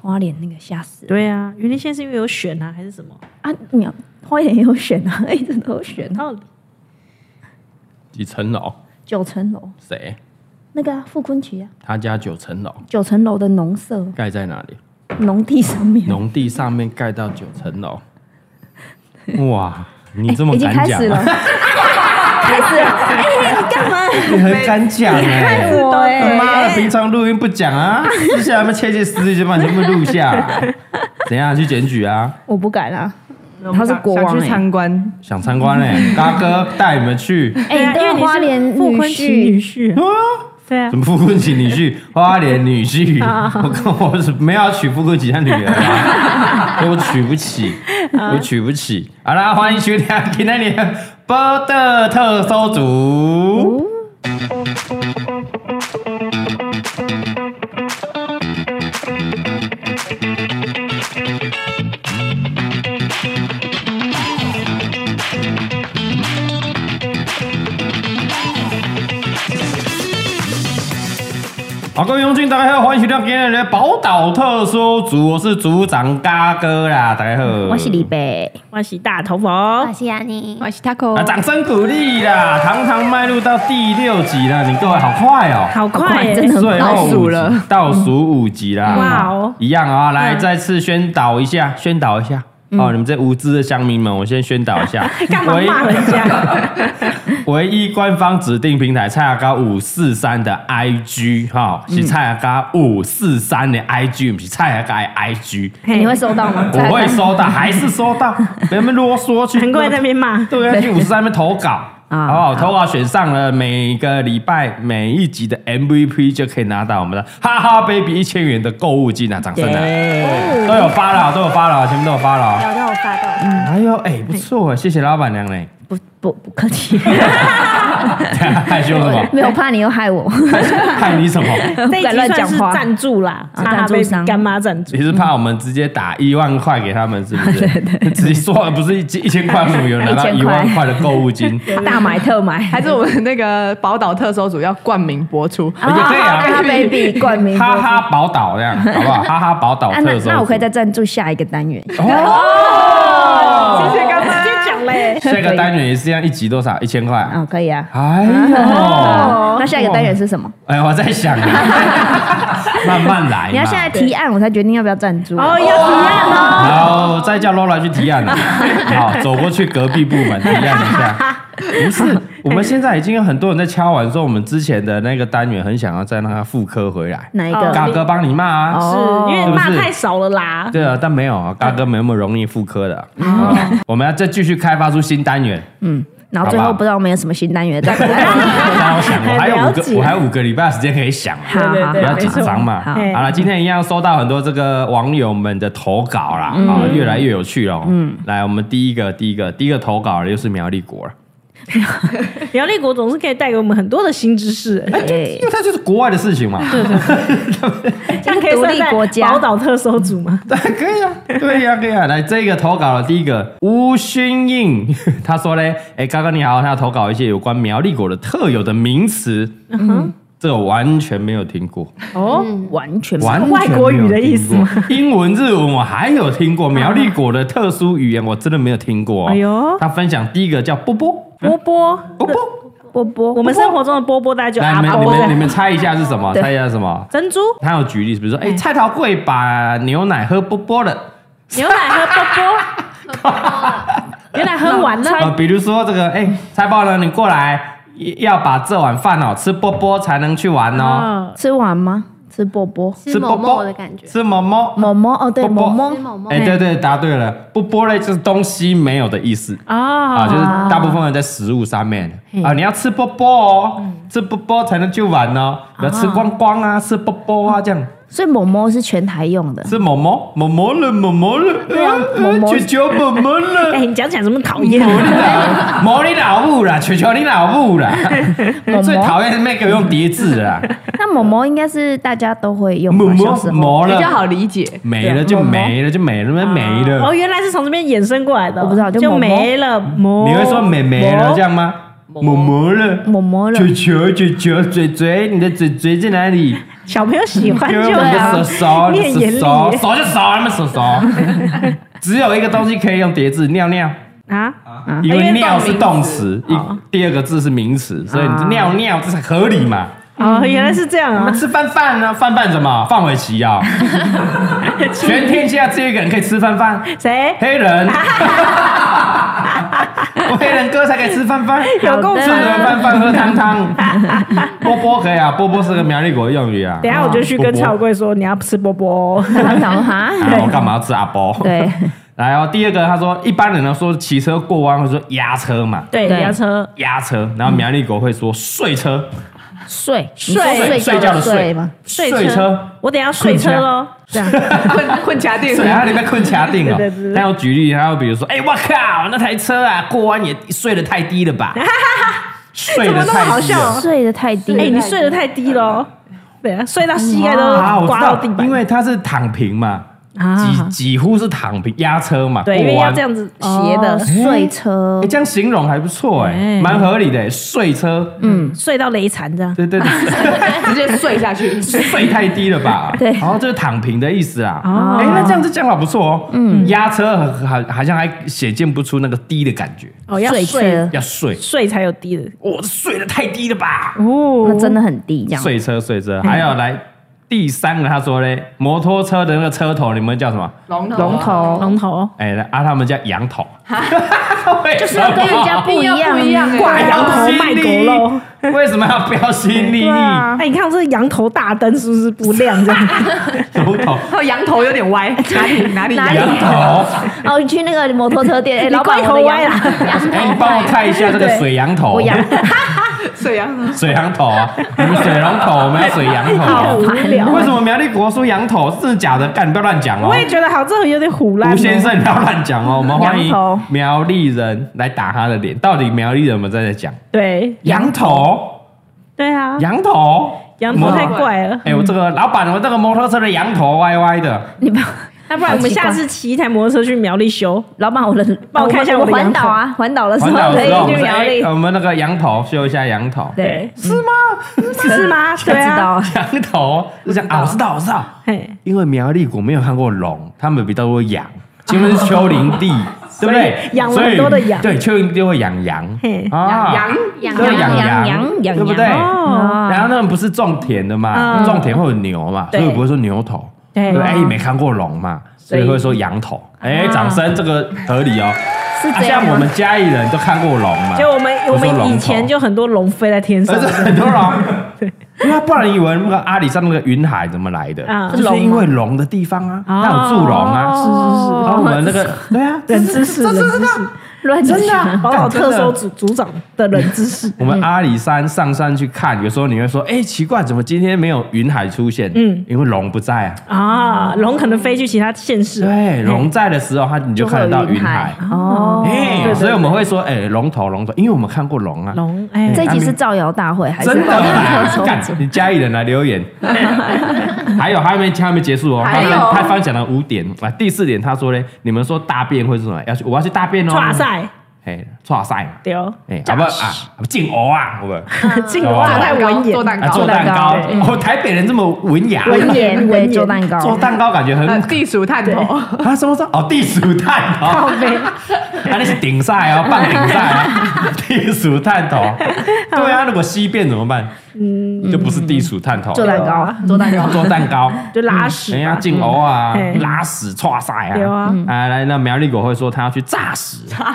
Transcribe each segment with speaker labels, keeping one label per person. Speaker 1: 花莲那个吓死
Speaker 2: 对啊，云林县是因为有选啊，还是什么？
Speaker 1: 啊！苗花莲也有选啊， 一直都有选
Speaker 2: 然。后
Speaker 3: 几层楼？
Speaker 1: 九层楼
Speaker 3: 谁？
Speaker 1: 那个啊，傅昆奇啊，
Speaker 3: 他家九层楼，
Speaker 1: 九层楼的农舍
Speaker 3: 盖在哪里？
Speaker 1: 农地上面，
Speaker 3: 农地上面盖到九层楼。哇，你这么
Speaker 1: 哎已经
Speaker 3: 敢
Speaker 1: 开
Speaker 3: 讲
Speaker 1: 始了，
Speaker 3: 啊？
Speaker 1: 开始了。哎，你干嘛？
Speaker 3: 你很敢讲哎、
Speaker 1: 我
Speaker 3: 他妈的，
Speaker 1: 哎，
Speaker 3: 平常录音不讲啊，接下来我们切切实实就把你全部录下来。怎样去检举啊？
Speaker 1: 我不敢啦。
Speaker 2: 他是国王
Speaker 4: 想去
Speaker 2: 欸
Speaker 4: 参观，
Speaker 3: 想参观嘞、大哥带你们去。
Speaker 2: 对啊
Speaker 1: 哎，
Speaker 2: 因为
Speaker 1: 对，
Speaker 2: 你
Speaker 1: 花莲
Speaker 2: 是傅昆奇女
Speaker 1: 女婿
Speaker 2: 婿啊，对啊
Speaker 3: 什，么傅昆萁女婿、花莲女婿，
Speaker 1: 啊
Speaker 3: 我跟我是没有要娶傅昆萁他女儿 啊，我娶不起，
Speaker 1: 啊
Speaker 3: 我娶不起。好啦，欢迎收听今天的波特特搜组。好，各位乡亲，大家好，欢迎收听今天的宝岛特搜组，我是组长嘎哥啦，大家好，
Speaker 1: 我是李。贝，
Speaker 2: 欢喜大头
Speaker 5: 我
Speaker 2: 佛，
Speaker 5: 是安妮，
Speaker 4: 我是 Taco，
Speaker 3: 啊，掌声鼓励啦！堂堂迈入到第六集了，你各位好快哦、
Speaker 2: 好快耶，
Speaker 1: 真的
Speaker 3: 最后
Speaker 4: 倒数
Speaker 3: 五集
Speaker 4: 了，
Speaker 3: 倒数五集啦！
Speaker 2: 哇哦
Speaker 3: 一样啊、来、
Speaker 2: 嗯，
Speaker 3: 再次宣导一下，宣导一下。哦，你们这无知的乡民们，我先宣导一下
Speaker 2: 干嘛骂人 家？
Speaker 3: 唯一官方指定平台蔡阿高五四三的 IG 哈、
Speaker 2: 嗯
Speaker 3: 是蔡阿高五四三的 IG，不是蔡阿高的 IG，
Speaker 2: 嘿
Speaker 1: 哎你会收到吗？
Speaker 3: 我会收到，还是收 到？别那么啰嗦去，
Speaker 2: 难怪在那边骂，
Speaker 3: 对啊，去五十三那边投稿。
Speaker 1: 啊
Speaker 3: 好不好？投稿选上了，每个礼拜每一集的 MVP 就可以拿到我们的哈哈 baby 一千元的购物金啊！掌声啊！都有发了，都有发了，全部都有发了。
Speaker 1: 有让我发到，
Speaker 3: 哎呦，哎，不错哎，谢谢老板娘嘞！
Speaker 1: 不不不客气，
Speaker 3: 害羞 什么？
Speaker 1: 没有怕你又害我，
Speaker 3: 害你什么？
Speaker 1: 不
Speaker 2: 这一
Speaker 1: 敢
Speaker 2: 集
Speaker 1: 乱
Speaker 2: 算
Speaker 1: 讲
Speaker 2: 是
Speaker 1: 话。
Speaker 2: 赞助啦，
Speaker 1: 啊
Speaker 2: 哈哈
Speaker 1: 赞助
Speaker 2: baby
Speaker 1: 商
Speaker 2: 干妈赞助，
Speaker 3: 你是怕我们直接打一万块给他们，是不是？直接说不是一一千块，我们有拿到一万块的购物金，
Speaker 1: 大买特 买，
Speaker 4: 还是我们那个宝岛特搜组要冠名播出，
Speaker 3: 也可以啊
Speaker 1: 哈哈 baby 冠名播
Speaker 3: 哈
Speaker 1: 出
Speaker 3: 哈宝岛这样，好不好？哈哈宝岛
Speaker 1: 啊，那
Speaker 3: 特搜。
Speaker 1: 那我可以再赞助下一个单元，
Speaker 3: 哦，
Speaker 2: 谢谢干妈，直接讲嘞，
Speaker 3: 下一个单元也是这样，一集多少？一千块。
Speaker 1: 啊，可以啊。
Speaker 3: 哎呦，
Speaker 1: 那下一个单元是什么？
Speaker 3: 哎，我在 想啊，慢慢来嘛。
Speaker 1: 你要现在提案，我才决定要不要赞助。
Speaker 2: 哦，要提案哦，
Speaker 3: 然后再叫 Lola 去提案了。好，走过去隔壁部门提案一 下。不是，我们现在已经有很多人在敲完说，我们之前的那个单元很想要再让它复刻回来。
Speaker 1: 哪一
Speaker 2: 哦
Speaker 1: 个？
Speaker 3: 嘎哥帮你骂啊。
Speaker 1: 哦
Speaker 2: 是因为骂
Speaker 3: 是不是
Speaker 2: 太少了啦，
Speaker 3: 对啊，但没有啊，
Speaker 1: 嗯
Speaker 3: 嘎哥没那么容易复刻的。嗯我们要再继续开发出新单元。
Speaker 1: 然后最
Speaker 3: 好
Speaker 1: 后
Speaker 3: 吧
Speaker 1: 不知道我们有什么新单元，再
Speaker 3: 让我想， 我还有五
Speaker 2: 了解
Speaker 3: 个，我还有五个礼拜的时间可以想。
Speaker 1: 好
Speaker 2: 对
Speaker 1: 好
Speaker 2: 对对
Speaker 3: 不要
Speaker 1: 好，
Speaker 3: 紧张嘛。
Speaker 1: 好
Speaker 3: 好了，今天一样收到很多这个网友们的投稿啦，啊，越来越有趣了。嗯，来，我们第一个，第一个，第一个投稿的又是苗栗国了，
Speaker 2: 苗栗国总是可以带给我们很多的新知识，哎
Speaker 1: 对
Speaker 3: 因为它就是国外的事情嘛。对对，
Speaker 2: 这样可以
Speaker 1: 哎独立
Speaker 2: 算在
Speaker 1: 国家
Speaker 2: 宝岛特搜组吗？
Speaker 3: 可以啊， 对呀，可以啊。来，这个投稿的第一个吴勋印， 他说嘞，哎，刚刚你好，他投稿一些有关苗栗国的特有的名词，嗯，这我完全没有听过。
Speaker 2: 哦，
Speaker 1: 完全
Speaker 3: 完全
Speaker 2: 外国语的意思吗
Speaker 3: 没有听过？英文、日文我还有听过，苗栗国的特殊语言我真的没有听过、哦。
Speaker 2: 哎呦
Speaker 3: 他分享第一个叫波波
Speaker 2: 波波，
Speaker 3: 波波，
Speaker 1: 波波，
Speaker 2: 我们生活中的波波大概就
Speaker 3: 来
Speaker 2: 阿
Speaker 3: 你们
Speaker 2: 波
Speaker 3: 你们你
Speaker 2: 波、
Speaker 3: 们猜一下是什么？
Speaker 1: 对
Speaker 3: 猜一下是什么？
Speaker 2: 珍珠、
Speaker 3: 他有举例，比如说，哎、菜头贵把牛奶喝波波了
Speaker 2: 牛奶喝 波波，牛奶喝完
Speaker 3: 啊、
Speaker 2: 了，
Speaker 3: 比如说这个，哎、菜包呢，你过来要把这碗饭哦吃波波才能去玩哦，
Speaker 2: 嗯
Speaker 1: 吃完吗？吃波波，
Speaker 5: 是某某的感觉，
Speaker 3: 吃某某。
Speaker 1: 某某哦，对，
Speaker 3: 波
Speaker 1: 某
Speaker 3: 波
Speaker 1: 某
Speaker 5: 吃某某
Speaker 3: 哎、对对，答对了，波波类就是东西没有的意思。啊，
Speaker 2: 哦，
Speaker 3: 就是大部分人在食物上面啊，你要吃波波哦，
Speaker 1: 嗯
Speaker 3: 吃波波才能去玩哦，不要吃光光啊，吃波波啊，这样
Speaker 1: 所以某某是全台用的，
Speaker 3: 吃某某某某了，某某了，
Speaker 1: 啊
Speaker 3: 呃
Speaker 1: 某某
Speaker 3: 求求某某
Speaker 2: 哎，
Speaker 3: 了，
Speaker 2: 你讲起来这么讨厌，
Speaker 3: 某你老母啦，求求你老母啦，
Speaker 1: 哎 某
Speaker 3: 最
Speaker 1: 某。
Speaker 3: 讨厌是那个用叠字 啦，
Speaker 1: 那某某应该是大家都会用
Speaker 3: 某
Speaker 1: 吧？
Speaker 3: 某
Speaker 1: 小时候哎
Speaker 3: 某
Speaker 4: 比较
Speaker 3: 了，
Speaker 4: 好理解。
Speaker 3: 没了就没了就没
Speaker 1: 啊
Speaker 3: 了没
Speaker 1: 哎
Speaker 2: 哦，
Speaker 3: 了，
Speaker 2: 原来是从这边衍生过来的哦，
Speaker 1: 我不知道就
Speaker 2: 就
Speaker 1: 某某
Speaker 2: 没了，你
Speaker 3: 你会说没没了这样吗？某某了，
Speaker 1: 某某了
Speaker 3: 球球球球嘴嘴，你的嘴嘴在哪里？
Speaker 2: 小朋友喜欢
Speaker 3: 因为
Speaker 2: 就
Speaker 3: 我
Speaker 2: 好
Speaker 3: 们手，手
Speaker 2: 啊念眼
Speaker 3: 手
Speaker 2: 里
Speaker 3: 手手就手，他们手手。 只有一个东西可以用叠字，尿尿，
Speaker 2: 啊哎啊，
Speaker 3: 因
Speaker 4: 因
Speaker 3: 为
Speaker 4: 为
Speaker 3: 尿
Speaker 4: 动
Speaker 3: 是
Speaker 4: 名
Speaker 3: 动词
Speaker 4: 词，
Speaker 3: 一
Speaker 2: 哦
Speaker 3: 第二个字是名词，所以
Speaker 2: 啊
Speaker 3: 你尿尿这才合理嘛。
Speaker 2: 哦，
Speaker 1: 嗯
Speaker 2: 原来是这样
Speaker 3: 那
Speaker 2: 啊，
Speaker 3: 吃饭饭呢？饭饭什么？范玮 琪啊！全天下只有一个人可以吃 饭饭，
Speaker 2: 谁
Speaker 3: 黑人。我黑人哥才可以吃饭饭，
Speaker 2: 有共
Speaker 3: 吃
Speaker 1: 好
Speaker 2: 鸣？
Speaker 1: 的
Speaker 3: 了饭饭喝汤汤。 波波可以啊，波波是个苗栗国的用语啊。
Speaker 2: 等一下我就去跟超贵说你要吃波波哦，
Speaker 1: 我刚想说哈，
Speaker 3: 啊，我干嘛要吃阿波？
Speaker 1: 对，
Speaker 3: 然后哦第二个，他说一般人呢说骑车过弯会说压车嘛，
Speaker 2: 对，
Speaker 1: 对
Speaker 2: 你要车
Speaker 3: 压车，然后苗栗国会说睡车，
Speaker 1: 睡
Speaker 2: 嗯
Speaker 1: 你
Speaker 2: 睡
Speaker 1: 说
Speaker 3: 睡
Speaker 1: 睡
Speaker 3: 觉的
Speaker 1: 睡
Speaker 3: 睡
Speaker 1: 吗？
Speaker 2: 睡
Speaker 3: 睡车，
Speaker 2: 我等一下睡车喽，这样
Speaker 4: 困困夹定
Speaker 3: 睡，他里面困卡定了
Speaker 2: 对对对。
Speaker 3: 但我举例，然后比如说，哎，我靠，那台车啊，过弯也睡得太低 了吧？睡得
Speaker 2: 怎么那么
Speaker 3: 太
Speaker 2: 好
Speaker 3: 低
Speaker 2: 笑
Speaker 3: 了。啊
Speaker 1: 睡得太低，
Speaker 2: 哎，你睡得太低喽，对啊，睡到膝盖都
Speaker 3: 啊，我知
Speaker 2: 刮到
Speaker 3: 道
Speaker 2: 地，板
Speaker 3: 因，为它是躺平嘛，
Speaker 2: 啊
Speaker 3: 几几乎是躺平压车嘛，
Speaker 2: 对，因为
Speaker 3: 过
Speaker 2: 要
Speaker 3: 弯
Speaker 2: 这样子斜
Speaker 1: 哦
Speaker 2: 的，
Speaker 1: 睡车
Speaker 3: 哎，这样形容还不错哎，
Speaker 2: 哎
Speaker 3: 蛮合理的哎，睡车，嗯，
Speaker 2: 睡到雷残这样，
Speaker 3: 对对对。
Speaker 4: 直接睡下去。
Speaker 3: 睡太低了吧？
Speaker 1: 对
Speaker 3: 然后就是躺平的意思啦。
Speaker 2: 哦
Speaker 3: 哎，那这样子讲法不错哦。嗯，压车很好，好像还显现不出那个低的感觉，
Speaker 2: 哦，要
Speaker 1: 睡
Speaker 2: 睡
Speaker 1: 车
Speaker 3: 要睡，
Speaker 2: 睡才有低的
Speaker 3: 我睡得太低了吧？
Speaker 2: 哦
Speaker 1: 那真的很低，这样
Speaker 3: 睡车睡车，还有来第三个，他说嘞，摩托车的那个车头，你们叫什么？
Speaker 4: 龙头啊
Speaker 1: 龙头
Speaker 2: 龙头
Speaker 3: 哎，啊，他们叫羊头，
Speaker 1: 就是要跟人家不一样，
Speaker 4: 不一样
Speaker 2: 挂
Speaker 4: 哎
Speaker 2: 羊头卖狗肉。
Speaker 3: 肉，为什么要标新
Speaker 2: 对
Speaker 3: 立异？
Speaker 2: 啊，哎，你看我这羊头大灯是不是不亮这样？
Speaker 3: 龙头，
Speaker 4: 还有羊哦头有点歪，哪里哪里
Speaker 1: 哪里
Speaker 3: 羊头，
Speaker 1: 哦，你去那个摩托车店， 哎，
Speaker 2: 你
Speaker 1: 老板，我
Speaker 2: 龟
Speaker 1: 的羊
Speaker 2: 头歪了
Speaker 1: 羊头
Speaker 3: 哎，你帮
Speaker 1: 歪
Speaker 3: 我看一下这个
Speaker 2: 对
Speaker 3: 水羊头，
Speaker 1: 我羊
Speaker 4: 睡羊头
Speaker 3: 水羊头啊，你们水龙头，我们要水羊头啊。
Speaker 2: 好无聊
Speaker 3: 为什么苗栗国说羊头是真的假的？干，你不要乱讲哦
Speaker 2: 我。也觉得好，这有点虎烂哦。
Speaker 3: 吴先生，你不要乱讲哦。我们欢迎
Speaker 2: 羊头
Speaker 3: 苗栗人来打他的脸。到底苗栗人有没有在讲
Speaker 2: 对
Speaker 3: 羊头？
Speaker 2: 对啊，
Speaker 3: 羊头？
Speaker 2: 羊头
Speaker 3: 摩
Speaker 2: 太怪了。
Speaker 3: 哎，我这个老板，我这个摩托车的羊头歪歪的，
Speaker 1: 你不要，
Speaker 2: 那不然我们下次骑一台摩托车去苗栗修，
Speaker 1: 老板，我的
Speaker 2: 帮我看一下我的
Speaker 1: 环
Speaker 2: 羊头
Speaker 1: 岛啊，环岛的时
Speaker 3: 环
Speaker 1: 候
Speaker 3: 岛
Speaker 1: 可
Speaker 3: 的
Speaker 1: 以
Speaker 3: 时候我
Speaker 1: 去
Speaker 3: 们说
Speaker 1: 苗栗
Speaker 3: 哎，我们那个羊头修一下羊头，
Speaker 1: 对，
Speaker 3: 是吗？
Speaker 2: 是吗？
Speaker 1: 不
Speaker 2: 对
Speaker 1: 知
Speaker 2: 啊，
Speaker 1: 道
Speaker 3: 羊头就讲啊，我知道，我知道。
Speaker 2: 嘿，
Speaker 3: 因为苗栗国没有看过龙，他们比较多养，前面是丘陵 地，对不对？
Speaker 2: 养了
Speaker 3: 所以
Speaker 2: 很多的羊
Speaker 3: 对，丘陵地会养羊
Speaker 2: 嘿，
Speaker 3: 啊
Speaker 4: 羊
Speaker 1: 羊
Speaker 4: 羊，
Speaker 3: 对
Speaker 1: 羊
Speaker 3: 羊
Speaker 1: 羊
Speaker 3: 对不对？
Speaker 1: 羊
Speaker 2: 哦，
Speaker 3: 然后他们不是种田的嘛，
Speaker 2: 嗯
Speaker 3: 种田会有牛嘛，所
Speaker 2: 对
Speaker 3: 以不会说牛头，
Speaker 2: 对啊
Speaker 3: 对，哎，没看过龙嘛，所以会说羊头。哎，掌声，这个合理哦。
Speaker 1: 是
Speaker 3: 啊
Speaker 1: 这样
Speaker 3: 像我
Speaker 1: 吗？
Speaker 3: 们嘉义人都看过龙嘛，
Speaker 2: 就我们
Speaker 3: 啊不
Speaker 2: 我
Speaker 3: 是说
Speaker 2: 们
Speaker 3: 龙
Speaker 2: 以
Speaker 3: 头
Speaker 2: 前就很多龙飞在 天上
Speaker 3: 而，是哎很多龙。因为不然以为那个阿里山那个云海怎么来的？
Speaker 2: 嗯
Speaker 3: 就是因为龙的地方啊，
Speaker 2: 哦
Speaker 3: 它有住龙啊，
Speaker 2: 是是是
Speaker 3: 然后我们那个对啊，
Speaker 2: 冷知识，冷知识，
Speaker 1: 乱讲
Speaker 2: 真的啊，宝岛
Speaker 3: 干真的
Speaker 2: 特搜组组长的冷知 识，
Speaker 3: 我们阿里山上山去看，有时候你会说，哎，奇怪，怎么今天没有云海出现？嗯
Speaker 2: 嗯，
Speaker 3: 因为龙不在啊。
Speaker 2: 啊，龙可能飞去其他县市，
Speaker 3: 对，啊龙在的时候，它你就看得到云海。
Speaker 1: 哦。
Speaker 3: 哎，所以我们会说，哎，龙头龙头，因为我们看过龙啊。
Speaker 2: 龙哎，
Speaker 1: 这集是造谣大会还是
Speaker 3: 真的
Speaker 1: 保
Speaker 3: 啦
Speaker 1: 特搜
Speaker 3: 干
Speaker 1: 组？
Speaker 3: 你家里人来留言，还有还没还没结束哦，他
Speaker 4: 还有
Speaker 3: 刚他刚讲了五点啊，第四点他说嘞，你们说大便会是什么？要去我要去大便哦，
Speaker 2: 抓，赛哦
Speaker 3: 哎，抓塞，
Speaker 2: 丢，
Speaker 3: 哎，啊不啊，进鹅啊，好不好？
Speaker 2: 进了哇，太文
Speaker 4: 做
Speaker 2: 言，
Speaker 4: 蛋
Speaker 3: 啊，
Speaker 4: 糕
Speaker 3: 做，蛋糕
Speaker 1: 做蛋，
Speaker 3: 哦，台北人这么文雅，
Speaker 1: 文言
Speaker 2: 文
Speaker 1: 对，
Speaker 2: 言
Speaker 1: 做蛋糕，
Speaker 3: 做蛋糕感觉 很
Speaker 4: 呃，地鼠探头，
Speaker 3: 啊，什么时候？哦，地鼠探头，啊， 那是顶赛哦，半顶赛哦，地鼠探头，对啊，如果西变怎么办？嗯，就不是地鼠探头，
Speaker 1: 做蛋
Speaker 2: 啊
Speaker 1: 糕，做蛋糕，
Speaker 3: 做蛋糕。
Speaker 2: 就拉屎
Speaker 3: 人家
Speaker 2: 吧，
Speaker 3: 进欧
Speaker 2: 嗯
Speaker 3: 啊
Speaker 2: 嘿，
Speaker 3: 拉屎、踹塞
Speaker 2: 对啊
Speaker 3: 啊，啊，来，那苗栗狗会说他要去炸屎，
Speaker 2: 然后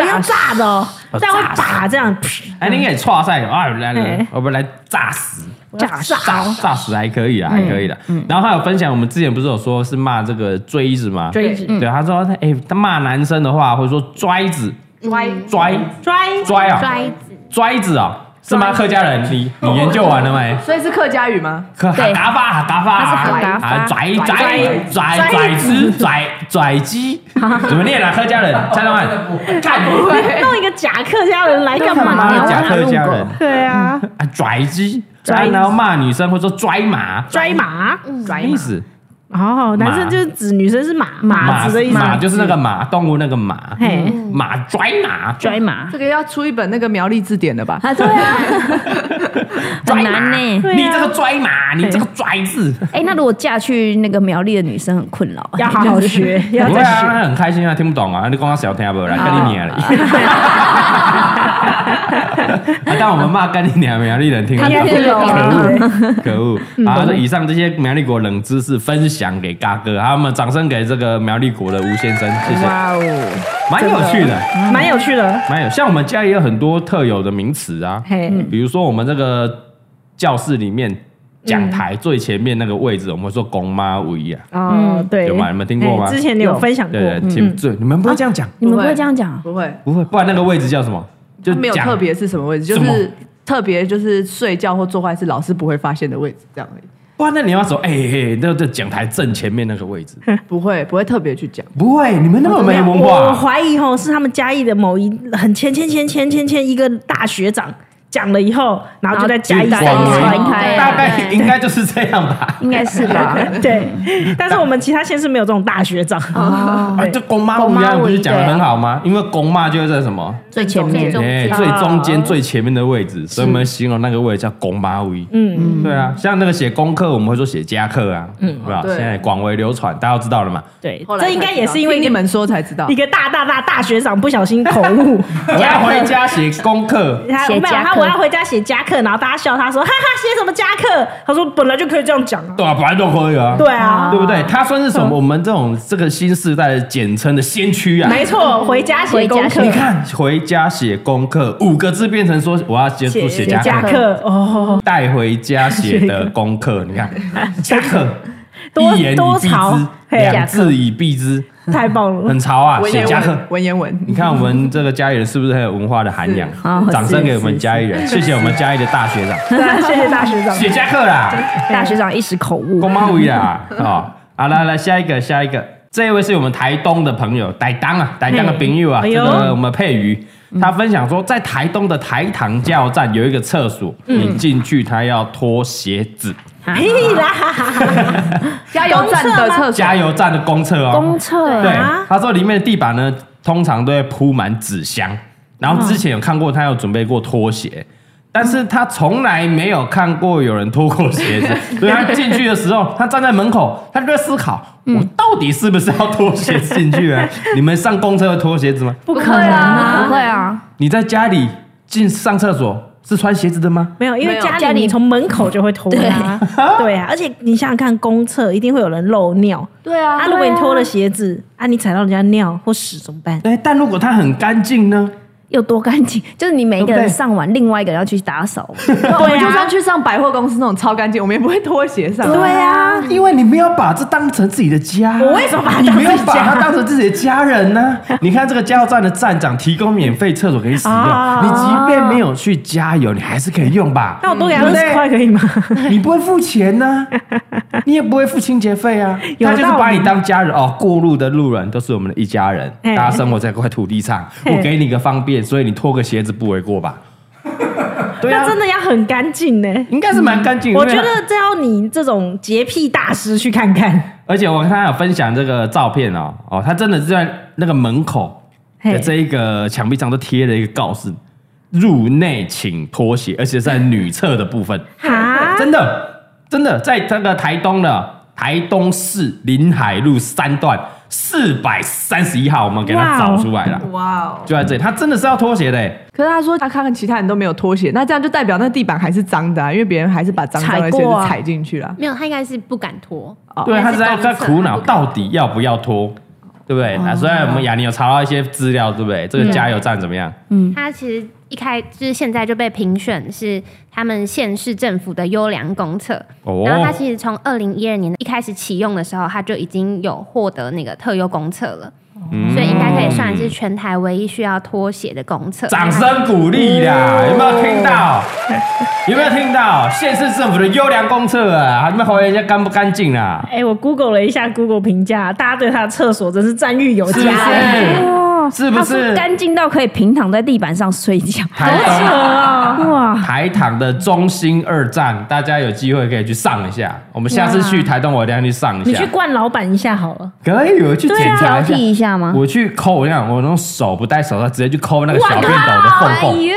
Speaker 2: 哦要炸的哦，
Speaker 3: 哦
Speaker 2: 这样
Speaker 3: 炸
Speaker 2: 会
Speaker 3: 死
Speaker 2: 打这样，
Speaker 3: 哎，你也踹塞，啊，来来
Speaker 2: 嘿，哦
Speaker 3: 我们来炸屎，
Speaker 2: 炸
Speaker 3: 炸炸屎还可以啊，还可以的。
Speaker 2: 嗯
Speaker 3: 然后还有分享，我们之前不是有说是骂这个锥子吗？
Speaker 2: 锥嗯子
Speaker 3: 对，他说他哎，他骂男生的话，会说拽子，
Speaker 4: 歪
Speaker 3: 拽
Speaker 2: 拽
Speaker 3: 拽啊，
Speaker 1: 拽子
Speaker 3: 拽子啊。是吗？客家人，你你研究完了没？
Speaker 4: 所以是客家语吗？
Speaker 3: 可哈
Speaker 1: 对
Speaker 3: 嘎发哈嘎发
Speaker 1: 它是哈嘎
Speaker 3: 啊
Speaker 1: 发
Speaker 3: 啊！拽
Speaker 4: 拽
Speaker 3: 拽拽拽子拽拽 鸡，怎么念啊？客家人，蔡老板，看不会，
Speaker 2: 弄一个假客家人来干
Speaker 3: 干嘛
Speaker 2: 嘛？
Speaker 3: 假客家人
Speaker 2: 对啊，
Speaker 3: 啊？拽鸡，
Speaker 2: 拽
Speaker 3: 啊
Speaker 2: 鸡
Speaker 3: 然后骂女生会说拽马，
Speaker 2: 拽马
Speaker 3: 什么意思？
Speaker 2: 哦，男生就是指女生是马马子的意思，嗯
Speaker 3: 马就是那个马，动物那个马，
Speaker 2: 嘿，
Speaker 3: 马拽马，
Speaker 2: 拽马
Speaker 4: 这，个要出一本那个苗栗字典了吧？
Speaker 1: 啊，对啊，
Speaker 3: 拽
Speaker 1: 很
Speaker 3: 马
Speaker 1: 难呢。
Speaker 2: 对啊
Speaker 3: 你这个拽马，你这个拽字，
Speaker 1: 哎，那如果嫁去那个苗栗的女生很困扰，
Speaker 2: 要好好学， 要
Speaker 3: 不会
Speaker 2: 再
Speaker 3: 啊，
Speaker 2: 学。
Speaker 3: 那很开心啊，听不懂啊，你刚刚小听不来，跟你 娘了。啊但我们骂干你娘苗栗人听得
Speaker 1: 他
Speaker 3: 懂
Speaker 1: 听得懂啊
Speaker 3: 可恶！好，以上这些苗栗国冷知识分享给嘎哥，好，我们掌声给这个苗栗国的吴先生，谢谢，
Speaker 2: 哇哦，
Speaker 3: 蛮有趣的，
Speaker 2: 蛮有趣的。哦
Speaker 3: 蛮有。像我们家也有很多特有的名词啊，
Speaker 2: 嘿，
Speaker 3: 比如说我们这个教室里面讲台最前面那个位置，我们会说“公妈围”啊，
Speaker 2: 哦，对，
Speaker 3: 有吗你们听过吗
Speaker 2: 嘿之前你有分享过，嗯
Speaker 3: 对，前最你们不会这样讲，
Speaker 1: 你们不会这样讲？啊
Speaker 4: 不会，
Speaker 3: 嗯不会，不然那个位置叫什么？就
Speaker 4: 没有
Speaker 3: 讲
Speaker 4: 特别是什么位置，就
Speaker 3: 什
Speaker 4: 是
Speaker 3: 么
Speaker 4: 特别就是睡觉或做坏事老师不会发现的位置，这样而已。
Speaker 3: 哇，那你要走，哎、嘿，那这讲台正前面那个 位置，
Speaker 4: 不会，不会特别去讲。
Speaker 3: 不会，你们那么没文
Speaker 2: 我
Speaker 3: 化，
Speaker 2: 怀疑吼是他们嘉义的某一很前前前前前前一个大学长讲了以后，然后就在嘉义
Speaker 1: 然后
Speaker 2: 散
Speaker 1: 广
Speaker 2: 播
Speaker 1: 为
Speaker 2: 传
Speaker 1: 传开
Speaker 3: 大概应该就是这样吧。
Speaker 1: 应该是吧？
Speaker 2: 对，但是我们其他县市没有这种大学长。
Speaker 1: 哦，
Speaker 3: 啊，这公妈
Speaker 1: 公
Speaker 3: 不一
Speaker 1: 妈
Speaker 3: 样，
Speaker 1: 不
Speaker 3: 不是
Speaker 1: 一
Speaker 3: 讲的
Speaker 1: 对啊
Speaker 3: 很好吗？因为公妈就是在什么？
Speaker 1: 最前面
Speaker 5: 最中
Speaker 3: 哎、
Speaker 5: 间
Speaker 3: 最中间、最前面的位置，所以我们形容那个位置叫公妈位。
Speaker 2: 嗯，
Speaker 3: 对啊，像那个写功课，我们会说写家课啊，嗯，对吧？
Speaker 4: 对
Speaker 3: 现在广为流传，大家都知道了嘛。
Speaker 2: 对
Speaker 4: 后，来
Speaker 2: 这
Speaker 4: 才
Speaker 2: 应该也是因为
Speaker 4: 听你们说才知道
Speaker 2: 一。个大大大大学长不小心口误，
Speaker 3: 我要回家写功课，
Speaker 2: 他
Speaker 1: 写
Speaker 2: 没有
Speaker 1: 夹
Speaker 2: 他
Speaker 1: 克
Speaker 2: 我要回家写夹克，然后大家笑他说哈哈写什么夹克？他说本来就可以这样讲啊。
Speaker 3: 对啊，本来都可以啊，
Speaker 2: 对啊，
Speaker 3: 对不对？它算是什么？我们这种这个新时代的简称的先驱啊。
Speaker 2: 没错，回家写功
Speaker 1: 回
Speaker 2: 课
Speaker 1: 家
Speaker 3: 你，看，回家写功课五个字变成说我要接触写家
Speaker 2: 夹
Speaker 3: 课，
Speaker 2: 克 哦，
Speaker 3: 带回家写的功课，你看 家课。
Speaker 2: 多
Speaker 3: 一言以
Speaker 2: 多
Speaker 3: 蔽
Speaker 2: 潮
Speaker 3: 之，
Speaker 2: 嘿
Speaker 3: 两字以蔽之，
Speaker 2: 太棒了
Speaker 3: 很！潮啊！
Speaker 4: 文
Speaker 3: 写
Speaker 4: 言
Speaker 3: 家课
Speaker 4: 文，，文言文，
Speaker 3: 你看我们这个嘉义人是不是很有文化的 涵养
Speaker 1: 是
Speaker 2: 哦
Speaker 1: 啊？
Speaker 3: 掌声
Speaker 1: 是
Speaker 3: 给我们嘉义人，谢谢我们嘉义的大学长。
Speaker 2: 对啊谢谢大 学长。
Speaker 3: 写夹克啦，
Speaker 1: 大学长一时口误
Speaker 3: 公，妈围啦，哦，好来来下一个下一个，这一位是我们台东的朋友，台当啊，台当的朋友啊，
Speaker 2: 嘿
Speaker 3: 这
Speaker 2: 哎
Speaker 3: 个
Speaker 2: 呦嗯
Speaker 3: 我们佩瑜，他分享说在台东的台糖加油站有一个厕所，
Speaker 2: 嗯
Speaker 3: 你进去他要脱鞋子，
Speaker 2: 屁啦！
Speaker 4: 加油站的厕所，
Speaker 3: 加油站的公厕哦
Speaker 1: 公，厕
Speaker 3: 对
Speaker 2: 啊，
Speaker 3: 他说里面的地板呢通常都会铺满纸箱，然后之前有看过他有准备过拖鞋。但是他从来没有看过有人脱过鞋子，所以他进去的时候，他站在门口，他就在思考：我到底是不是要脱鞋子进去啊？你们上公车会脱鞋子吗？
Speaker 1: 不
Speaker 5: 可能啊
Speaker 1: 不会啊，
Speaker 3: 你在家里进上厕所是穿鞋子的吗？
Speaker 2: 没有，因
Speaker 4: 没
Speaker 2: 为
Speaker 4: 有
Speaker 2: 家
Speaker 1: 家
Speaker 2: 里
Speaker 1: 里
Speaker 2: 你从门口就会偷 啦。对啊，而且你想想看，公厕一定会有人漏尿
Speaker 1: 对啊
Speaker 2: 啊！如果你脱了鞋子啊，你踩到人家尿或屎怎么办？
Speaker 3: 哎，但如果他很干净呢？
Speaker 1: 有多干净？就是你每一个
Speaker 3: 对
Speaker 1: 人
Speaker 3: 不对
Speaker 1: 上完，另外一个人要去打扫。
Speaker 4: 我们就算去上百货公司那种超干净，我们也不会脱鞋上。
Speaker 1: 对啊，
Speaker 3: 因为你没有把这当成自己的 家，
Speaker 2: 我为什么把它
Speaker 3: 你
Speaker 2: 啊当
Speaker 3: 没有
Speaker 2: 自己
Speaker 3: 把
Speaker 2: 家？
Speaker 3: 它当成自己的家人 呢、你看这个加油站的站长提供免费厕所给你使用，
Speaker 2: 啊
Speaker 3: 你即便没有去加油，你还是可以用吧？
Speaker 2: 那我多给他二
Speaker 3: 对不
Speaker 2: 十
Speaker 3: 对
Speaker 2: 块可以吗？
Speaker 3: 你不会付钱 呢、你也不会付清洁费啊。
Speaker 2: 有
Speaker 3: 他就是
Speaker 2: 道理
Speaker 3: 把你当家人哦，过路的路人都是我们的一家人，大
Speaker 2: 嘿
Speaker 3: 家生活在一块土地上，
Speaker 2: 嘿
Speaker 3: 我给你个方便，所以你脱个鞋子不为 过吧？对啊
Speaker 2: 那，真的要很干净呢。
Speaker 3: 应该是蛮干净的。
Speaker 2: 我
Speaker 3: 因
Speaker 2: 觉
Speaker 3: 为
Speaker 2: 得这要你这种洁癖大师去看看。
Speaker 3: 而且我看他有分享这个照片哦，哦，他真的是在那个门口的
Speaker 2: 嘿
Speaker 3: 这一个墙壁上都贴了一个告示：入内请脱鞋，而且在女厕的部分，
Speaker 2: 哈，
Speaker 3: 真的真的在这个台东的台东市临海路三段四百三十一号，我们给他
Speaker 2: 哇
Speaker 3: 找
Speaker 2: 哦
Speaker 3: 出来了，
Speaker 4: 哇哦！
Speaker 3: 就在这里，他真的是要脱鞋的欸，
Speaker 4: 可是他说他看看其他人都没有脱鞋，那这样就代表那地板还是脏的啊，因为别人还是把脏脏
Speaker 1: 踩
Speaker 4: 的鞋
Speaker 1: 过
Speaker 4: 子
Speaker 1: 啊
Speaker 4: 踩进去了。
Speaker 5: 没有，他应该是不敢脱。
Speaker 3: 对，他
Speaker 5: 还
Speaker 3: 是
Speaker 5: 是
Speaker 3: 在
Speaker 5: 公
Speaker 3: 在
Speaker 5: 厕
Speaker 3: 苦恼
Speaker 5: 他不
Speaker 3: 到底要不要脱。对不对？那虽然我们雅尼有查到一些资料，对不对？这个加油站怎么样？
Speaker 5: 他其实一开就是现在就被评选是他们县市政府的优良公厕。
Speaker 3: 哦
Speaker 5: 然后他其实从二零一二年一开始启用的时候，他就已经有获得那个特优公厕了，
Speaker 3: 嗯
Speaker 5: 所以应该可以算是全台唯一需要脱鞋的公厕。
Speaker 3: 掌声鼓励
Speaker 2: 哦
Speaker 3: 啦！有没有听到？有没有听到？县市政府的优良公厕啊，你们怀疑人家干不干净啊？
Speaker 2: 哎，我 Google 了一下 Google 评价，大家对他的厕所真是赞誉有
Speaker 3: 是不
Speaker 2: 加。
Speaker 3: 是？是不
Speaker 1: 它
Speaker 3: 是
Speaker 1: 是干净到可以平躺在地板上睡觉？
Speaker 3: 台糖
Speaker 1: 哇，
Speaker 3: 台糖的中心二站，大家有机会可以去上一下。我们下次去台东，我一定要去上一
Speaker 2: 你
Speaker 3: 下
Speaker 2: 去。灌老板一下好了。
Speaker 3: 可以，我去检
Speaker 1: 挑
Speaker 3: 查一下
Speaker 1: 剔。一下吗？
Speaker 3: 我去抠，我跟你讲，我用手不戴手套，直接去抠那个小便斗的缝缝，
Speaker 1: 呀，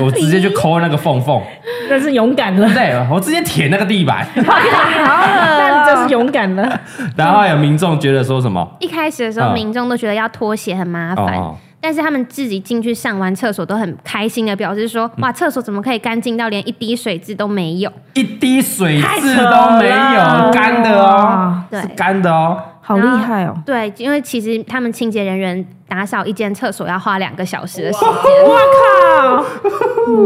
Speaker 3: 我直接去抠那个缝缝，
Speaker 2: 但是勇敢 了，
Speaker 3: 对，我直接舔那个地板。
Speaker 2: 那你真是勇敢 了。
Speaker 3: 然后有民众觉得说什么？
Speaker 5: 一开始的时候，
Speaker 3: 嗯
Speaker 5: 民众都觉得要脱鞋很麻烦，
Speaker 3: 哦哦
Speaker 5: 但是他们自己进去上完厕所都很开心的表示说：“
Speaker 3: 嗯
Speaker 5: 哇，厕所怎么可以干净到连一滴水渍都没有
Speaker 3: 一滴水
Speaker 2: 太
Speaker 3: 渍
Speaker 2: 扯
Speaker 3: 都没
Speaker 2: 了
Speaker 3: 有，干的哦，
Speaker 5: 对
Speaker 3: 是干的哦。
Speaker 1: 好厉害哦！”！
Speaker 5: 对，因为其实他们清洁人员打扫一间厕所要花两个小时的时间。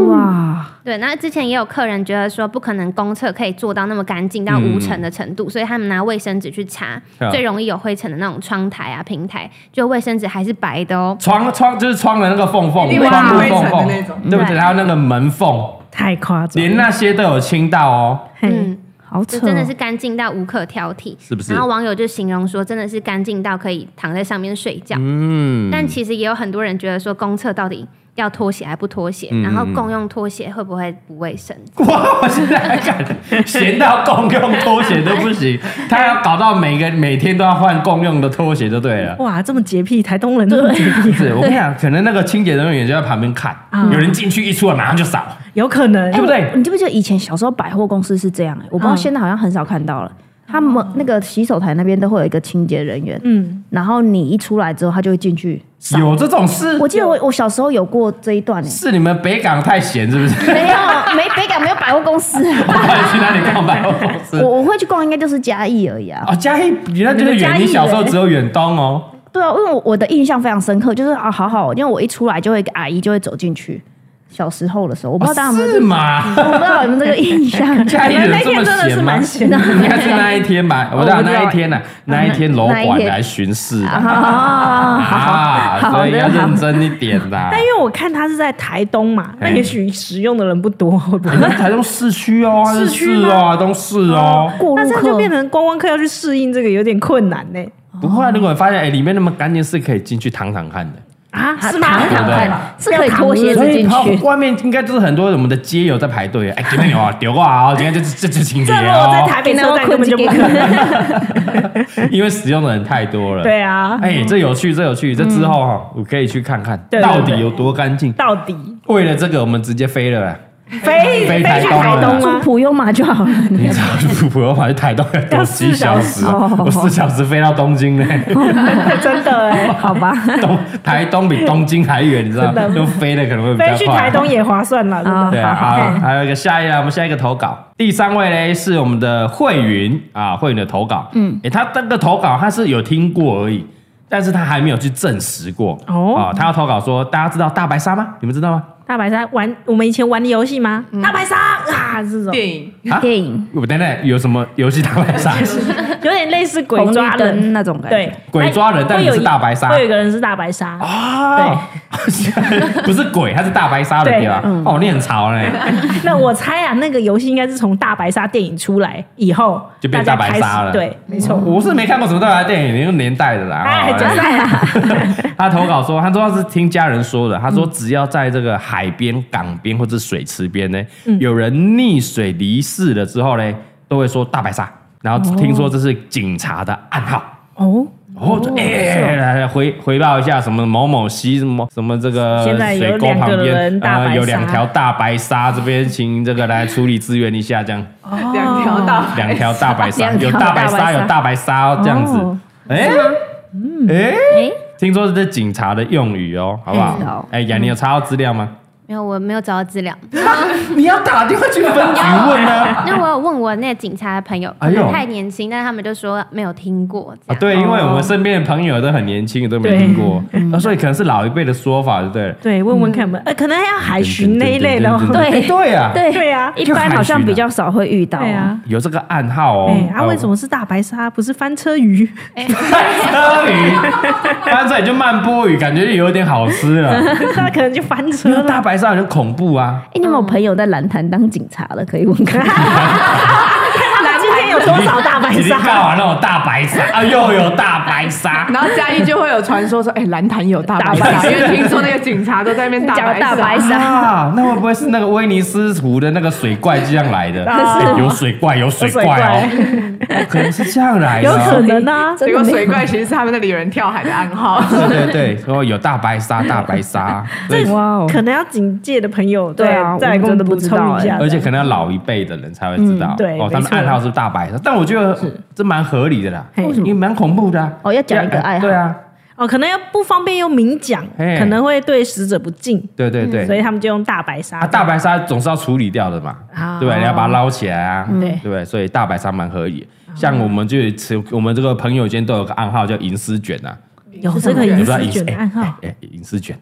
Speaker 1: 哇，
Speaker 5: 对，那之前也有客人觉得说不可能公厕可以做到那么干净到无尘的程度，所以他们拿卫生纸去擦、
Speaker 3: 嗯
Speaker 5: 最容易有灰尘的那种窗台啊、平台，就卫生纸还是白的哦。
Speaker 3: 窗窗就是窗的那个缝缝，
Speaker 4: 一定会
Speaker 3: 窗户
Speaker 4: 起灰
Speaker 3: 缝
Speaker 4: 尘的
Speaker 3: 缝
Speaker 4: 那种，
Speaker 3: 对不对？
Speaker 5: 对
Speaker 3: 还有那个门缝，
Speaker 2: 太夸张了，
Speaker 3: 连那些都有清到哦。
Speaker 2: 嘿，
Speaker 5: 嗯，
Speaker 1: 好扯哦！
Speaker 5: 就真的是干净到无可挑剔，
Speaker 3: 是不是
Speaker 5: 然后网友就形容说，真的是干净到可以躺在上面睡觉。
Speaker 3: 嗯，
Speaker 5: 但其实也有很多人觉得说，公厕到底要拖鞋还不拖鞋，
Speaker 3: 嗯
Speaker 5: 然后共用拖鞋会不会不卫生？
Speaker 3: 哇，我现在还敢闲到共用拖鞋都不行，他要搞到每个每天都要换共用的拖鞋就对了。
Speaker 2: 哇，这么洁癖，台东人这么洁癖啊，
Speaker 3: 是我跟你讲，可能那个清洁人员就在旁边看，
Speaker 2: 嗯
Speaker 3: 有人进去一出来马上就扫，
Speaker 2: 有可能
Speaker 3: 对不对？
Speaker 1: 哎你记不记得以前小时候百货公司是这样、欸？我不知道
Speaker 2: 嗯
Speaker 1: 现在好像很少看到了。他们那个洗手台那边都会有一个清洁人员，
Speaker 2: 嗯，
Speaker 1: 然后你一出来之后，他就会进去扫。
Speaker 3: 有这种事
Speaker 1: 我？记得我我小时候有过这一段、欸，
Speaker 3: 是你们北港太闲是不是？
Speaker 1: 没有没北港没有百货公司、
Speaker 3: 我到底去哪里逛百货公司？
Speaker 1: 我我会去逛，应该就是嘉义而已啊。
Speaker 3: 哦，嘉义，原来就是远，你小时候只有远东哦。
Speaker 1: 对啊，因为我我的印象非常深刻，就是啊，好好，因为我一出来就会一个阿姨就会走进去。小时候的时候，我不知道大家有没有，
Speaker 3: 啊是吗？
Speaker 1: 我不知道有没有这个印象。
Speaker 3: 嘉义人
Speaker 2: 那
Speaker 3: 这么
Speaker 2: 天真的
Speaker 3: 闲
Speaker 2: 是
Speaker 3: 吗
Speaker 2: 蛮？闲 的
Speaker 3: 应该是那
Speaker 1: 哦
Speaker 3: 一天吧，我知道那一天呢，那一天楼
Speaker 1: 那一
Speaker 3: 管
Speaker 1: 天
Speaker 3: 来巡视的
Speaker 1: 啊，
Speaker 3: 啊，所以要认真一点啦。
Speaker 2: 但因为我看他是在台东嘛，那
Speaker 3: 哎嗯
Speaker 2: 也许使用的人不多，会不会
Speaker 3: 你们台中市区哦，
Speaker 2: 市区吗
Speaker 3: 是哦，东市哦。
Speaker 1: 过
Speaker 2: 那
Speaker 1: 路
Speaker 2: 这样就
Speaker 1: 客
Speaker 2: 变成观光客要去适应这个有点困难呢、
Speaker 3: 不会啊，如果发现哎里面那么干净，是可以进去躺躺看的。
Speaker 2: 啊，是吗？
Speaker 1: 躺
Speaker 3: 对
Speaker 1: 躺
Speaker 3: 不对
Speaker 1: 看，是可以脱鞋子
Speaker 3: 所以
Speaker 1: 进
Speaker 3: 跑
Speaker 1: 去。
Speaker 3: 外面应该就是很多我们的街友在排队，哎，今天有啊，丢啊，今天就这就清洁
Speaker 2: 这如果在
Speaker 3: 哦，
Speaker 2: 台北车站根本就不可 能。
Speaker 3: 因为使用的人太多了。
Speaker 2: 对啊，
Speaker 3: 哎，这有趣，这有趣，这之后哈，我可以去看看
Speaker 2: 对对
Speaker 3: 到底
Speaker 2: 对
Speaker 3: 有多干净。
Speaker 2: 到底
Speaker 3: 为了这个，我们直接飞了啦。
Speaker 2: 飞
Speaker 3: 飞
Speaker 2: 飞
Speaker 3: 台
Speaker 2: 去
Speaker 3: 东啊
Speaker 2: 台
Speaker 3: 了
Speaker 2: 东
Speaker 1: 住
Speaker 2: 吗？
Speaker 1: 普悠玛就 好了。
Speaker 3: 你知道普通话去台东要多几小时？
Speaker 2: 哦
Speaker 3: 我四小时飞到东京呢，
Speaker 2: 真的哎、
Speaker 1: 好吧，
Speaker 3: 东台东比东京还远，你知道吗？就飞的可能会 比较
Speaker 2: 飞去
Speaker 3: 快。
Speaker 2: 台东也划算了，真 的。
Speaker 3: 对啊，
Speaker 2: 哎
Speaker 3: 啊还有一个下一个，我们下一个投稿，第三位呢是我们的慧云啊，慧云的投稿，嗯，诶，他那个投稿他是有听过而已，但是他还没有去证实过
Speaker 2: 哦
Speaker 3: 啊，他要投稿说，大家知道大白鲨吗？你们知道吗？
Speaker 2: 大白鲨玩我们以前玩的游戏吗？大白鲨啊，这种
Speaker 4: 电影
Speaker 3: 啊
Speaker 1: 电影
Speaker 3: 我等等有什么游戏大白鲨？
Speaker 2: 有点类似鬼
Speaker 1: 红
Speaker 2: 抓
Speaker 1: 绿
Speaker 2: 人
Speaker 1: 灯那种感觉。
Speaker 2: 对，
Speaker 3: 鬼抓人但你
Speaker 2: 会有
Speaker 3: 是
Speaker 2: 一
Speaker 3: 大白鲨
Speaker 2: 会有一个人是大白鲨，
Speaker 3: 啊，不是鬼，它是大白鲨的
Speaker 2: 对嗯
Speaker 3: 对吧？哦，你很潮 嘞，
Speaker 2: 那我猜啊，那个游戏应该是从大白鲨电影出来以后
Speaker 3: 就变
Speaker 2: 大家
Speaker 3: 大白鲨
Speaker 2: 开始
Speaker 3: 了
Speaker 2: 对，没错。
Speaker 3: 我是没看过什么大白鲨电影，那个年代的啦。
Speaker 2: 哎，
Speaker 3: 哦
Speaker 2: 就
Speaker 3: 来
Speaker 2: 是
Speaker 3: 他投稿说，他说他是听家人说的，他说只要在这个海边、港边或者水池边呢，
Speaker 2: 嗯
Speaker 3: 有人溺水离世了之后呢，都会说大白鲨，然后听说这是警察的暗号。
Speaker 2: 哦，
Speaker 3: 哦，就哎、来来来回回报一下什么某某溪什么什么这个
Speaker 2: 现在有
Speaker 3: 水沟
Speaker 2: 两个
Speaker 3: 旁边呃
Speaker 2: 人大白
Speaker 3: 有两
Speaker 2: 鲨
Speaker 3: 条大白鲨，这边请这个来处理支援一下，这样
Speaker 4: 两条大
Speaker 3: 两条大白鲨，
Speaker 1: 两条
Speaker 3: 有大白
Speaker 1: 大白
Speaker 3: 鲨
Speaker 1: 鲨
Speaker 3: 有大白鲨哦，这样子
Speaker 1: 哦，
Speaker 3: 哎哎，听说这是警察的用语哦，好不
Speaker 1: 嗯是哦
Speaker 3: 好？哎，雅你有查到资料吗？
Speaker 5: 没有，我没有找到资料。
Speaker 3: 你要打电话去分局问啊！
Speaker 5: 那我有问我那警察的朋友，
Speaker 3: 哎
Speaker 5: 可
Speaker 3: 呦
Speaker 5: 能太年轻，但是他们就说没有听过这
Speaker 3: 啊，
Speaker 5: 样。
Speaker 3: 对，因为我们身边的朋友都很年轻，都没听过，啊所以可能是老一辈的说法，对不对了？
Speaker 2: 对，问问看有没有，呃，可能还要海巡那一类的哦。
Speaker 1: 对
Speaker 3: 哎对啊，
Speaker 1: 对
Speaker 2: 对啊
Speaker 1: 一般好像比较少会遇到。
Speaker 2: 对啊，
Speaker 3: 有这个暗号哦
Speaker 2: 哎，。啊，为 什么是大白鲨，不是翻车鱼？
Speaker 3: 车鱼？ 翻车也就慢波鱼，感觉就有点好吃 了。
Speaker 2: 那可能就翻车
Speaker 3: 因为
Speaker 2: 了。
Speaker 3: 哦 大白鲨很恐怖啊，
Speaker 1: 哎，你有没有朋友在蓝潭当警察的？可以问看。
Speaker 2: 那今天有多少大白
Speaker 3: 已经 盖
Speaker 2: 鲨？
Speaker 3: 完那种大白 鲨啊，又有大白鲨，
Speaker 4: 然后嘉义就会有传说说，哎、蓝潭有大白
Speaker 2: 大白鲨
Speaker 4: 鲨，因为听说那个警察都在那边大
Speaker 1: 讲
Speaker 4: 白
Speaker 1: 大
Speaker 4: 鲨。
Speaker 1: 白鲨，
Speaker 3: 啊，那会不会是那个威尼斯湖的那个水怪这样来的？
Speaker 2: 啊
Speaker 3: 有水怪，有水怪 哦， 可能是这样来的
Speaker 2: 有可
Speaker 3: 哦。
Speaker 2: 能啊，
Speaker 4: 结果水怪其实是他们那里有人跳海的暗号。
Speaker 3: 对 对对，说有大白鲨，大白鲨， 所以
Speaker 1: 哇哦，
Speaker 2: 可能要警戒的朋友
Speaker 1: 对啊
Speaker 2: 再来
Speaker 1: 我
Speaker 2: 跟我
Speaker 1: 真的
Speaker 2: 们
Speaker 1: 不
Speaker 2: 补
Speaker 1: 知
Speaker 2: 充
Speaker 1: 道
Speaker 2: 一
Speaker 1: 哎
Speaker 2: 下，
Speaker 3: 而且可能要老一辈的人才会知道。
Speaker 2: 嗯对
Speaker 3: 哦，他们
Speaker 2: 没错
Speaker 3: 暗号是大白鲨，但我觉得这蛮合理的啦，
Speaker 2: 为什么
Speaker 3: 因为蛮恐怖的啊。
Speaker 1: 哦要讲一个爱好
Speaker 3: 对啊，
Speaker 2: 哦，可能要不方便又明讲，
Speaker 3: 嘿
Speaker 2: 可能会对死者不敬，
Speaker 3: 对对
Speaker 2: 嗯所
Speaker 3: 对。
Speaker 2: 以他们就用大白鲨。
Speaker 3: 啊，大白鲨总是要处理掉的嘛，
Speaker 2: 啊
Speaker 3: 对吧？你要把它捞起来啊，
Speaker 2: 对
Speaker 3: 对不对？所以大白鲨蛮合理的。像我们就有吃，我们这个朋友间都有个暗号叫银丝卷啊，
Speaker 2: 有这个
Speaker 3: 你
Speaker 2: 银
Speaker 3: 知道
Speaker 2: 丝
Speaker 3: 银
Speaker 2: 卷的暗号，
Speaker 3: 哎，银丝卷，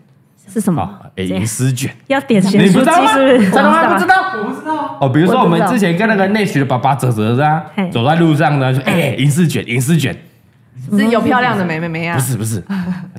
Speaker 1: 是什么？
Speaker 3: 好，哎，银丝卷，
Speaker 2: 要点咸
Speaker 3: 你
Speaker 2: 酥
Speaker 3: 不知道
Speaker 2: 鸡
Speaker 3: 吗？
Speaker 2: 是不是？
Speaker 3: 真的吗？不知道，我不知道。哦，比如说我们之前跟那个内区的爸爸泽泽的啊
Speaker 2: 嘿，
Speaker 3: 走在路上呢，就哎，银丝卷，银丝卷，
Speaker 4: 是有漂亮的妹妹妹 啊
Speaker 3: 不？是不是，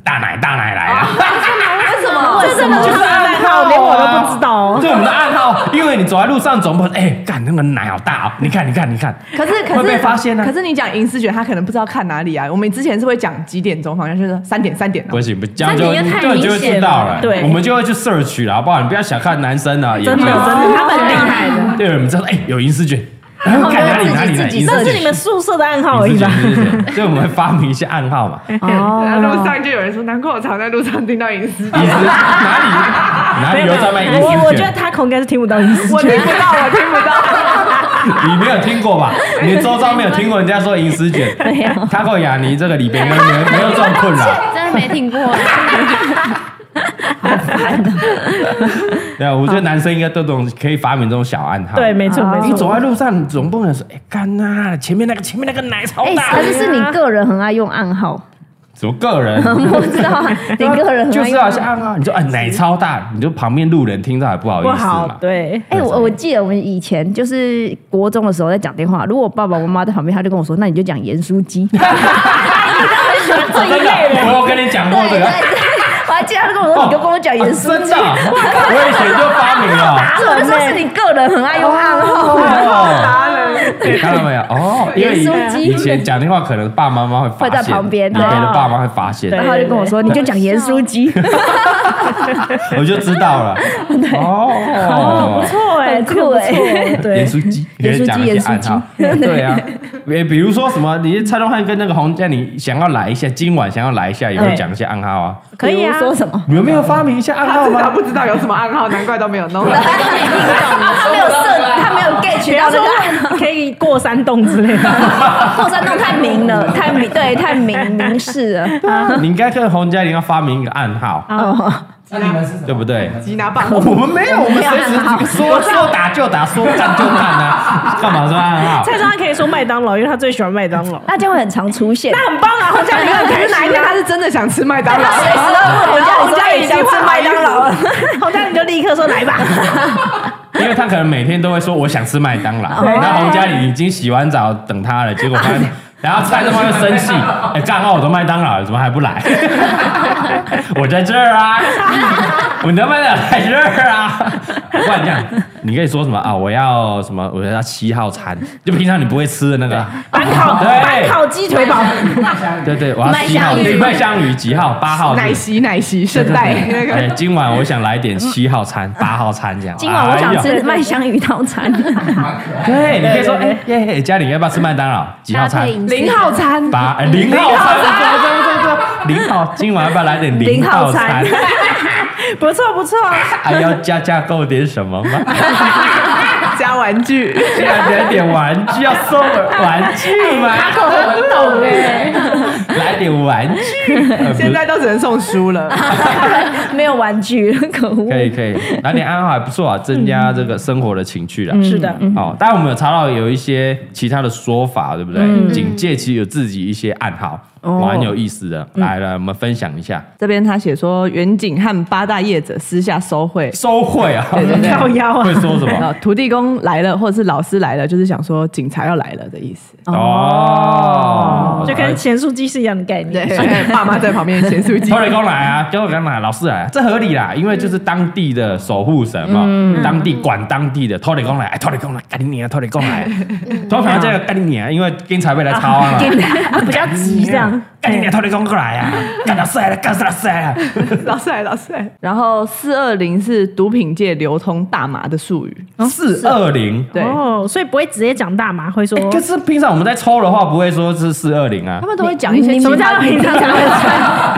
Speaker 3: 大奶大奶来啊了。
Speaker 4: 为什么？
Speaker 2: 这哦真的就是暗号，连我都不知道 哦。
Speaker 3: 对我们的暗号，因为你走在路上总不能哎，干那个奶好大哦，你看你看你看，
Speaker 4: 可是可是
Speaker 3: 会被发现啊
Speaker 4: 可是你讲银丝卷，他可能不知道看哪里啊。我们之前是会讲几点钟，好像就是三点三点
Speaker 3: 不
Speaker 4: 哦。
Speaker 3: 行不，这样就
Speaker 5: 那你也太
Speaker 3: 对就会
Speaker 5: 明显
Speaker 3: 知道了，
Speaker 2: 了对
Speaker 3: 我们就会去 search 了，好不好？你不要小看男生啊，
Speaker 2: 真的真的，他们很厉害的，
Speaker 3: 对，我们知道哎，有银 丝卷，看哪里哪里哪里，银
Speaker 2: 那是
Speaker 3: 丝
Speaker 2: 你
Speaker 3: 卷
Speaker 2: 们。宿舍的暗号而
Speaker 3: 银
Speaker 2: 已
Speaker 3: 丝卷
Speaker 2: 吧？
Speaker 3: 银丝卷所以我们会发明一些暗号 嘛，银
Speaker 1: 哦
Speaker 4: 然后路上就有人说，难怪我常在路上听到银丝卷。
Speaker 3: 丝哪里哪里有在卖银丝卷？
Speaker 2: 我我觉得他恐应该是听不到银丝
Speaker 4: 我听
Speaker 2: 卷，
Speaker 4: 不到，我听不到。
Speaker 3: 你没有听 过吧？你周遭没有听过人家说银丝卷？他和雅尼这个里边没有没有这种困扰。
Speaker 5: 真的没 听过。
Speaker 3: 对啊，我觉得男生应该都懂，可以发明这种小暗号。
Speaker 2: 对，没错没
Speaker 3: 啊你
Speaker 2: 错。
Speaker 3: 走在路上，总不能说，哎，干呐，前面那个，前面那个奶超
Speaker 1: 哎，
Speaker 3: 哦大
Speaker 1: 还。是是你个人很爱用暗号？
Speaker 3: 什么个 人？
Speaker 1: 我知道啊，你个人很
Speaker 3: 就
Speaker 1: 爱
Speaker 3: 是
Speaker 1: 用
Speaker 3: 好
Speaker 1: 暗
Speaker 3: 像
Speaker 1: 号。
Speaker 3: 暗号，你说哎奶超大，你就旁边路人听到也不好意
Speaker 2: 不
Speaker 3: 思
Speaker 2: 好
Speaker 3: 嘛，。
Speaker 2: 对，
Speaker 1: 哎、我我记得我们以前就是国中的时候在讲电话，如果我爸爸妈妈在旁边，他就跟我说：“那你就讲盐酥鸡。”
Speaker 2: 这一类的，
Speaker 3: 我有跟你讲过这
Speaker 1: 对
Speaker 3: 个，
Speaker 1: 对， 我还记得他跟我说，你就跟我讲
Speaker 3: 啊哦
Speaker 1: 严肃
Speaker 3: 真 的，我以前就发明了。
Speaker 1: 是我就说是你个人很爱用暗号。
Speaker 2: 啊
Speaker 3: 哦，看到没有？哦，因为
Speaker 1: 盐酥鸡
Speaker 3: 以以前讲电话，可能爸妈妈会发现
Speaker 1: 会在旁边
Speaker 3: 你可能
Speaker 1: 对
Speaker 3: 爸妈会发现，
Speaker 1: 然后他就跟我说，你就讲盐酥鸡，
Speaker 3: 我就知道了。哦，
Speaker 2: 不错哎，
Speaker 1: 很
Speaker 2: 这个
Speaker 1: 酷
Speaker 2: 不
Speaker 1: 哎
Speaker 2: 错，对
Speaker 3: 盐，酥鸡，
Speaker 1: 盐酥鸡
Speaker 3: 可以讲一些暗号，对啊。诶，比如说什么，你蔡东汉跟那个洪建，你想要来一下，今晚想要来一下，也会
Speaker 2: 对
Speaker 3: 讲一些暗号啊。
Speaker 2: 可以
Speaker 1: 比
Speaker 2: 啊
Speaker 1: 如。说什 么？
Speaker 3: 你们没有发明一下暗号
Speaker 4: 他
Speaker 3: 吗？
Speaker 4: 不知道有什么暗号，难怪都没有 弄。
Speaker 1: 他没有设，他没有 get 到这个，
Speaker 2: 可以过山洞之类的，
Speaker 1: 后山洞太明了，太明，对，太明明示了。
Speaker 3: 你应该跟洪嘉玲要发明一个暗号，
Speaker 1: 哦，
Speaker 3: 对不对？
Speaker 4: 吉 拿棒，
Speaker 3: 我们没有，我们随时说说打就打，说干就干啊！干嘛说暗号？
Speaker 2: 蔡庄他可以说麦当劳，因为他最喜欢麦当劳。
Speaker 1: 那就会很常出现。
Speaker 2: 那很棒啊，好像
Speaker 4: 没
Speaker 2: 你
Speaker 4: 有
Speaker 2: 很
Speaker 4: 可
Speaker 2: 开
Speaker 4: 是
Speaker 2: 心
Speaker 4: 哪一天
Speaker 2: 啊
Speaker 4: 他。是真的想吃麦当 劳？
Speaker 1: 随 时都问我家，
Speaker 2: 我
Speaker 1: 我
Speaker 2: 家
Speaker 1: 家
Speaker 2: 已
Speaker 1: 也
Speaker 2: 经
Speaker 1: 想吃
Speaker 2: 换
Speaker 1: 麦当劳 了。
Speaker 2: 好像你就立刻说来吧，
Speaker 3: 因为他可能每天都会说我想吃麦当劳，然后洪嘉玲已经洗完澡等他了，结果他，然后蔡东方就生气，哎，干好我的麦当劳了，怎么还不来？ 我在这儿啊， 我的麦当劳在这儿啊，不然这样，你可以说什么啊？我要什么？我要七号餐，就平常你不会吃的那个，
Speaker 2: 板烤
Speaker 3: 对
Speaker 2: 板烤鸡腿堡，
Speaker 3: 对对，我要七号
Speaker 5: 麦香鱼
Speaker 3: 麦香鱼几号？八号是不
Speaker 4: 奶
Speaker 3: 是
Speaker 4: 昔奶昔圣代那
Speaker 3: 哎，
Speaker 4: 个。
Speaker 3: 今晚我想来点七号餐、八号餐这样。
Speaker 1: 今晚我
Speaker 3: 哎
Speaker 1: 想
Speaker 3: 呦
Speaker 1: 吃麦香鱼套餐，
Speaker 3: 对，你可以说，哎耶，嘉玲要不要吃麦当劳？几号餐？
Speaker 4: 零号餐，
Speaker 3: 八哎零号餐，对对对对，零号，今晚要不要来点零号餐？
Speaker 2: 不错不错啊，
Speaker 3: 还要加价购点什么吗？
Speaker 4: 加玩具，
Speaker 3: 要来点玩具，要送玩具吗？
Speaker 1: 很懂哎，
Speaker 3: 来点玩具，呃不
Speaker 4: 现在都只能送书了。
Speaker 1: 没有玩具，可恶。
Speaker 3: 可以可以，来点暗号还不错啊，增加这个生活的情趣啦。
Speaker 2: 是的，
Speaker 3: 哦，当然我们有查到有一些其他的说法，对不对？警戒其实有自己一些暗号，蛮有意思的。来了，我们分享一下。
Speaker 4: 这边他写说，远景和八大业者私下收贿，
Speaker 3: 收贿啊，
Speaker 2: 跳腰啊
Speaker 3: 会说什
Speaker 4: 呃
Speaker 3: 么？，
Speaker 4: 土地公来了，或者是老师来了，就是想说警察要来了的意思。
Speaker 3: 哦，
Speaker 2: 就跟咸酥鸡是一样的概概念。
Speaker 4: 对，爸妈在旁边咸酥鸡
Speaker 3: 偷，雷公来啊，叫我干嘛？老师来、啊，这合理啦，因为就是当地的守护神嘛，
Speaker 2: 嗯
Speaker 3: 当地管当地的偷雷公来，哎，偷雷公来，干你娘，偷雷公 来，通常这个干你娘，啊因为警察被来抄啊嘛，
Speaker 2: 啊，比较急这 样。
Speaker 3: 干你娘，偷雷公过 来啊，干老师来了，干老师来了，
Speaker 4: 老师来，老师来。然后四二零是毒品界流通大麻的术语，
Speaker 3: 四二零。
Speaker 4: 对，
Speaker 2: 哦，所以不会直接讲大麻，会说
Speaker 3: 哎可是平常我们在抽的话，不会说是四二零啊
Speaker 4: 他，们都会讲一些
Speaker 1: 你
Speaker 4: 其
Speaker 1: 你
Speaker 4: 他
Speaker 1: 你平常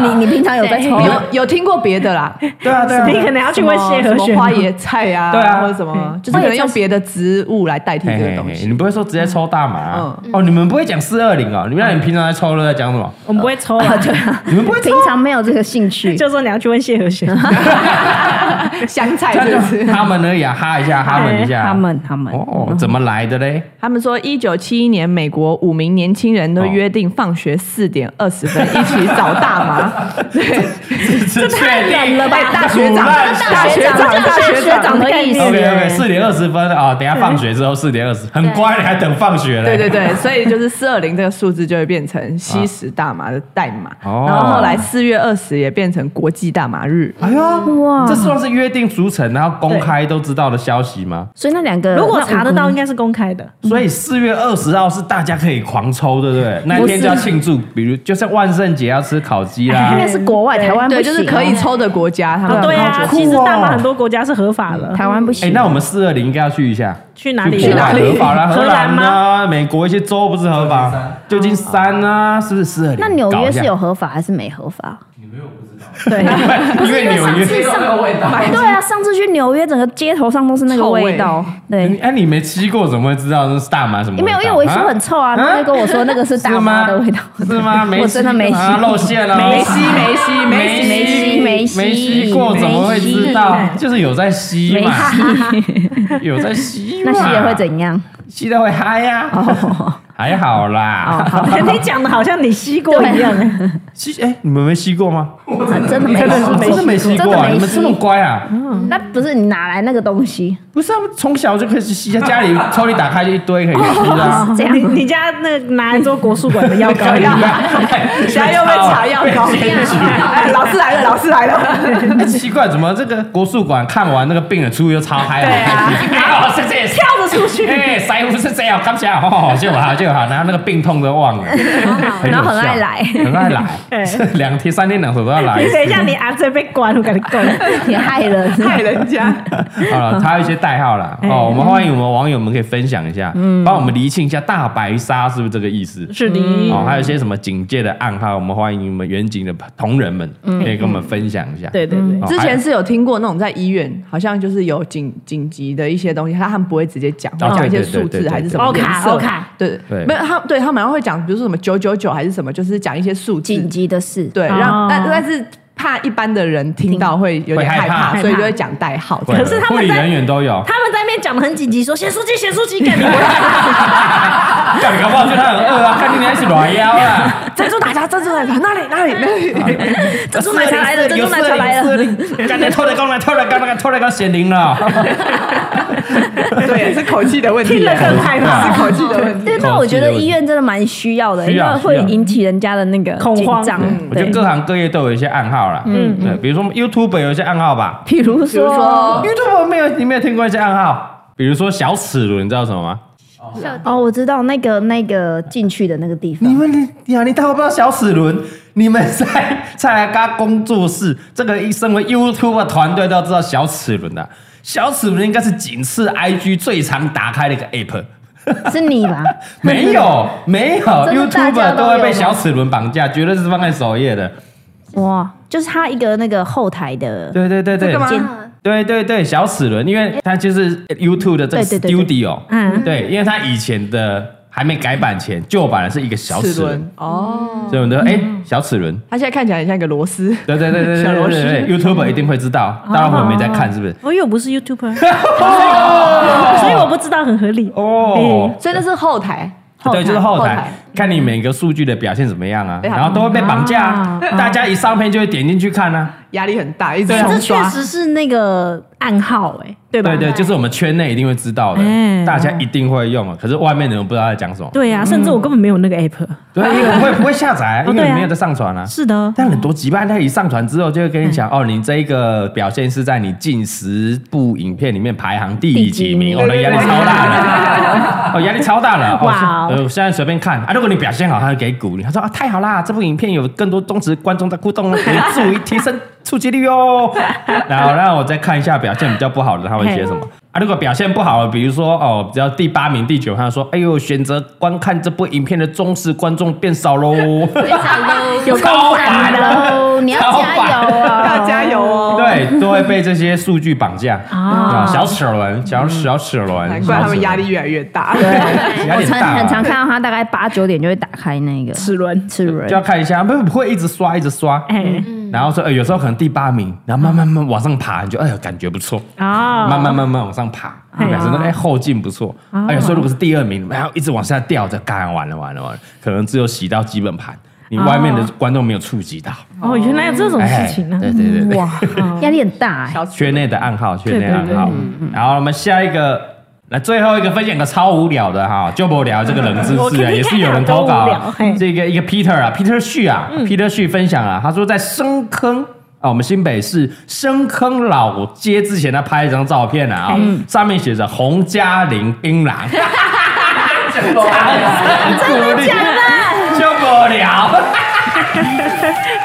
Speaker 1: 有你你平常有在抽
Speaker 4: 有？有听过别的啦，
Speaker 3: 对啊，对啊，
Speaker 2: 哎你可能要去
Speaker 4: 什么
Speaker 2: 问谢
Speaker 4: 什
Speaker 2: 和
Speaker 4: 么
Speaker 2: 弦
Speaker 4: 花椰菜呀，
Speaker 3: 对啊
Speaker 4: 或者什么，就是可能用别的植物来代替
Speaker 3: 嘿
Speaker 4: 这个
Speaker 3: 嘿
Speaker 4: 东
Speaker 3: 嘿，
Speaker 4: 西。嗯
Speaker 3: 你不会说直接抽大麻啊哦？你们不会讲四二零哦？你们那你们平常在抽都在讲什么？
Speaker 2: 我们不会抽啊，对啊，
Speaker 3: 你们不会抽
Speaker 1: 平常没有这个兴趣，
Speaker 2: 就说你要去问谢和弦。
Speaker 4: 香菜
Speaker 3: 这
Speaker 4: 是
Speaker 3: 样
Speaker 4: 不是
Speaker 3: 就？他们而已啊，哈一下，哈们一下，
Speaker 1: 他们他们
Speaker 3: 哦，怎么来的嘞？
Speaker 4: 他们说，一九七一年，美国五名年轻人都约定放学四点二十分一起找大麻。
Speaker 3: 这太
Speaker 1: 冷了吧
Speaker 4: 哎大学长，大学长，大学长
Speaker 1: 的意思
Speaker 3: OK OK，四点二十分啊，等一下放学之后四点二十，很乖，你还等放学嘞？
Speaker 4: 对对对，所以就是四二零这个数字就会变成吸食大麻的代码。
Speaker 3: 哦
Speaker 4: 然后后来四月二十也变成国际大麻日。
Speaker 3: 哎呀，
Speaker 1: 哇
Speaker 3: 这算是约定俗成，然后公开都知道的消息吗？
Speaker 1: 所以那两个
Speaker 2: 如果查得到，应该是公开的。
Speaker 3: 所以四月二十号是大家可以狂抽，对不对？那一天就要庆祝，比如就像万圣节要吃烤 鸡
Speaker 1: 那五个，应
Speaker 3: 啦
Speaker 1: 该。是国外台湾
Speaker 4: 对，
Speaker 1: 不
Speaker 4: 就是可以抽的国家，他们
Speaker 2: 对啊，
Speaker 4: 就
Speaker 2: 其实大麻
Speaker 3: 哦
Speaker 2: 很多国家是合法的。
Speaker 1: 台湾不行。
Speaker 3: 哎，那我们四二零应该要去一下，
Speaker 2: 去哪里？
Speaker 3: 去国外合法啦，荷
Speaker 2: 荷兰
Speaker 3: 兰
Speaker 2: 吗？
Speaker 3: 啊，美国一些州不是合法，旧金山啊，是不是四二零？
Speaker 1: 那纽
Speaker 3: 搞
Speaker 1: 约
Speaker 3: 一下
Speaker 1: 是有 合法还是没合法？
Speaker 2: 对，
Speaker 3: 因为纽约
Speaker 1: 对啊，上次去纽约，整个街头上都是那个
Speaker 4: 臭味
Speaker 1: 味道。对，
Speaker 3: 哎、你没吸过，怎么会知道那是大麻什么味道？
Speaker 1: 没有，因为我一说很臭啊，
Speaker 3: 啊
Speaker 1: 他就跟我说那个是大妈的味道。
Speaker 3: 啊是吗？没 吸
Speaker 1: 我真的没吸
Speaker 3: 啊，露馅了，
Speaker 2: 没吸没
Speaker 3: 吸，没
Speaker 1: 没吸
Speaker 3: 没
Speaker 1: 没
Speaker 3: 吸，
Speaker 1: 吸
Speaker 3: 过，怎么会知道
Speaker 1: 没？吸
Speaker 3: 就是有在吸嘛，有在吸嘛，
Speaker 1: 那吸也会？怎 样？哦
Speaker 3: 吸的会嗨呀、还好啦，
Speaker 2: 你讲的好像你吸过一样。
Speaker 3: 吸哎、你们没吸过吗？
Speaker 1: 啊真的没
Speaker 2: 真的
Speaker 1: 吸，
Speaker 3: 真的没吸
Speaker 1: 真
Speaker 3: 过
Speaker 1: 的
Speaker 3: 啊！
Speaker 1: 没
Speaker 3: 你们这么
Speaker 1: 吸。
Speaker 3: 乖啊？
Speaker 1: 那不是你哪来那个东西？
Speaker 3: 不是啊，从小就开始吸，家里抽屉打开就一堆可以吸 的、啊。
Speaker 1: 这样
Speaker 2: 你 你家那个拿来做国术 馆的药膏一样。
Speaker 3: 啊
Speaker 4: 现在又被查药膏。哎，老师来了，老师来了。
Speaker 3: 哎奇怪，怎么这个国术馆看完那个病人出去又超嗨了？对啊，老师这也是。
Speaker 2: 跳着出去，
Speaker 3: 哎，师傅是这样，刚才哦，就好就好，然后那个病痛都忘了，哎有
Speaker 1: 然后很
Speaker 3: 效
Speaker 1: 爱来
Speaker 3: 很爱来，
Speaker 2: 对
Speaker 3: 是两天三天两头都要来
Speaker 2: 你
Speaker 3: 一次。
Speaker 2: 等一下，你儿子被关，我跟你讲。
Speaker 1: 你害人，
Speaker 4: 害人家，
Speaker 3: 好了，他有一些代号啦。哦，我们欢迎我们网友们可以分享一下，帮我们厘清一下大白鲨是不是这个意思？
Speaker 2: 是的，
Speaker 3: 哦，还有一些什么警戒的暗号，我们欢迎你们远景的同仁们可以跟我们分享一下。
Speaker 2: 嗯对对对，
Speaker 3: 哦，
Speaker 4: 之
Speaker 3: 还
Speaker 4: 前是有听过那种在医院，好像就是有紧紧急的一些东西，他他们不会直接讲，会
Speaker 3: 哦
Speaker 4: 讲一些
Speaker 3: 对对
Speaker 4: 数
Speaker 3: 对
Speaker 4: 字
Speaker 3: 对
Speaker 4: 还是什
Speaker 2: 对
Speaker 4: 么
Speaker 2: 对
Speaker 4: 颜色。
Speaker 2: 欧卡
Speaker 4: 对
Speaker 3: 对
Speaker 4: 对，没有他对他们好像会讲，比如说什么九九九还是什么，就是讲一些数字
Speaker 1: 紧。急的事。
Speaker 4: 对，
Speaker 2: 哦
Speaker 4: 让但但是怕一般的人听到会有
Speaker 3: 会
Speaker 4: 点
Speaker 3: 害
Speaker 4: 害
Speaker 3: 怕
Speaker 4: 怕，所以就会讲代号。
Speaker 3: 会
Speaker 2: 可是他们
Speaker 3: 护理
Speaker 2: 在
Speaker 3: 人员都有，
Speaker 2: 他们在那边讲的很紧急，说咸书记，咸书记，干你我
Speaker 3: 干搞不好就他很饿啊，看你还是软腰啊。
Speaker 2: 珍珠奶茶，珍珠奶茶，那里那里那 里，珍珠奶茶来了，珍珠奶茶来了，
Speaker 3: 了，赶紧偷雷公来，偷雷公来，偷雷公显灵 了。
Speaker 4: 对，是口气的问题，
Speaker 2: 听了更害怕
Speaker 4: 是口气的问题。
Speaker 1: 对，但我觉得医院真的蛮需要的，
Speaker 3: 需
Speaker 1: 因
Speaker 3: 要
Speaker 1: 为会引起人家的那个
Speaker 2: 恐慌
Speaker 1: 紧张
Speaker 2: 嗯
Speaker 3: 我觉
Speaker 1: 对
Speaker 3: 得，各行各业都有一些暗号啦，嗯，对，比如说 YouTube 有一些暗号吧哦
Speaker 1: 比如
Speaker 4: 比如
Speaker 1: 说，
Speaker 4: 说，
Speaker 3: ，YouTube 没有，你没有听过一些暗号，比如说小齿轮，你知道什么吗？
Speaker 1: 哦，我知道那个那个进去的那个地
Speaker 3: 你
Speaker 1: 方，
Speaker 3: 们你呀，你大概不知道小齿轮，你们在蔡家工作室这个一身为 YouTube 团队都要知道小齿轮的、啊小齿轮应该是仅次 IG 最常打开的一个 App。
Speaker 1: 是你吧？
Speaker 3: 没有， 没有
Speaker 1: 真的大家
Speaker 3: ，YouTuber
Speaker 1: 都有
Speaker 3: 都会被
Speaker 1: 吗
Speaker 3: 小齿轮绑架，绝对是放在首页的。
Speaker 1: 哇，就是他一个那个后台的，
Speaker 3: 对对对对
Speaker 4: 这个，吗
Speaker 1: 间
Speaker 5: 哦
Speaker 3: 对对对，小齿轮，因为它就是 YouTube 的这个
Speaker 1: 对对对对
Speaker 3: Studio，
Speaker 2: 嗯
Speaker 3: 对，因为它以前的还没改版前，旧版的是一个小齿 轮，
Speaker 4: 哦，
Speaker 3: 所以我们都
Speaker 1: 嗯
Speaker 3: 哎小齿轮。
Speaker 4: 它现在看起来很像一个螺丝。
Speaker 3: 对对对对对
Speaker 4: 小
Speaker 3: 对
Speaker 4: 螺丝
Speaker 3: 对对，YouTube 一定会知道，当然我们没在看，是不是？
Speaker 2: 我又不是 YouTuber，所以我不知道，很合理。
Speaker 3: 哦，
Speaker 4: 所以那是后台，
Speaker 3: 对，就是后
Speaker 4: 哎后
Speaker 3: 台
Speaker 4: 台，
Speaker 3: 看你每个数据的表现怎么样啊，
Speaker 4: 对啊
Speaker 3: 然后都会被绑架啊，
Speaker 4: 啊
Speaker 3: 大家一上片就会点进去看啊。
Speaker 4: 压力很大，一直
Speaker 3: 对啊
Speaker 2: 这
Speaker 4: 冲
Speaker 2: 确
Speaker 4: 刷。
Speaker 2: 实是那个暗号哎、对吧？
Speaker 3: 对对，就是我们圈内一定会知道的
Speaker 2: 哎，
Speaker 3: 大家一定会用，啊可是外面的人不知道在讲什么。
Speaker 2: 对呀、甚至我根本没有那个 app。
Speaker 3: 对，因为不会不会下载啊，因
Speaker 2: 哦对
Speaker 3: 为
Speaker 2: 啊
Speaker 3: 没有在上传啊。
Speaker 2: 是的，
Speaker 3: 但很多集吧，他一上传之后就会跟你讲哦，你这一个表现是在你近十部影片里面排行第几名，哦，那压力超 大了，哦，压力超大了。哦
Speaker 2: 哇哦
Speaker 3: 呃，我现在随便看啊，如果你表现好，他就给鼓励，他说啊，太好啦，这部影片有更多忠实观众在互动，可以注意提升触及率 哦。然后，让我再看一下表现比较不好的，他会写什么。啊，如果表现不好的，比如说哦，只要第八名、第九，他说：“哎呦，选择观看这部影片的忠实观众变少喽。”
Speaker 5: 非常 low，
Speaker 3: 有够烦的
Speaker 5: 喽，你要
Speaker 3: 超
Speaker 5: 加
Speaker 3: 烦
Speaker 5: 油啊！
Speaker 4: 要加油哦！，
Speaker 3: 对，都会被这些数据绑架
Speaker 1: 哦
Speaker 3: 啊，小齿轮，小小齿轮，
Speaker 4: 难嗯怪他们压力越来越大。
Speaker 3: 小齿轮压
Speaker 1: 哎我
Speaker 3: 力很
Speaker 1: 常
Speaker 3: 大
Speaker 1: 很常看
Speaker 3: 啊，
Speaker 1: 到他大概八九点就会打开那个
Speaker 2: 齿轮，
Speaker 1: 齿轮
Speaker 3: 就，要看一下，不不会一直刷一直刷，
Speaker 2: 哎、
Speaker 3: 然后说，呃，有时候可能第八名，然后慢慢慢慢往上爬，你就哎呦感觉不错，
Speaker 2: 哦，
Speaker 3: 慢慢慢慢往上爬，表示那哎后劲不错，哎有时候如果是第二名，然后一直往下掉，这干完了完了完了，可能只有洗到基本盘，你外面的观众没有触及到，
Speaker 2: 哦，原来有这种事
Speaker 3: 哎，
Speaker 2: 情呢、
Speaker 3: 对对对对。
Speaker 1: 哇，压力很大哎。
Speaker 4: 小
Speaker 3: 圈内的暗号，圈内
Speaker 2: 对对嗯
Speaker 3: 暗号。然后我们下一个，那最后一个分享个超无聊的哈，就不聊这个冷知
Speaker 2: 嗯我
Speaker 3: 识
Speaker 2: 听
Speaker 3: 啊，
Speaker 2: 听
Speaker 3: 也是有人
Speaker 2: 看
Speaker 3: 投
Speaker 2: 有多
Speaker 3: 稿
Speaker 2: 无聊
Speaker 3: 啊
Speaker 2: 嘿。嗯
Speaker 3: 这个一个 Peter 啊，Peter 旭啊，Peter 旭分享啊，他说在深坑。啊，我们新北市深坑老街之前，他拍一张照片啊、
Speaker 2: 嗯
Speaker 3: 上面写着“洪嘉玲 槟榔”， 真的假的？就不聊。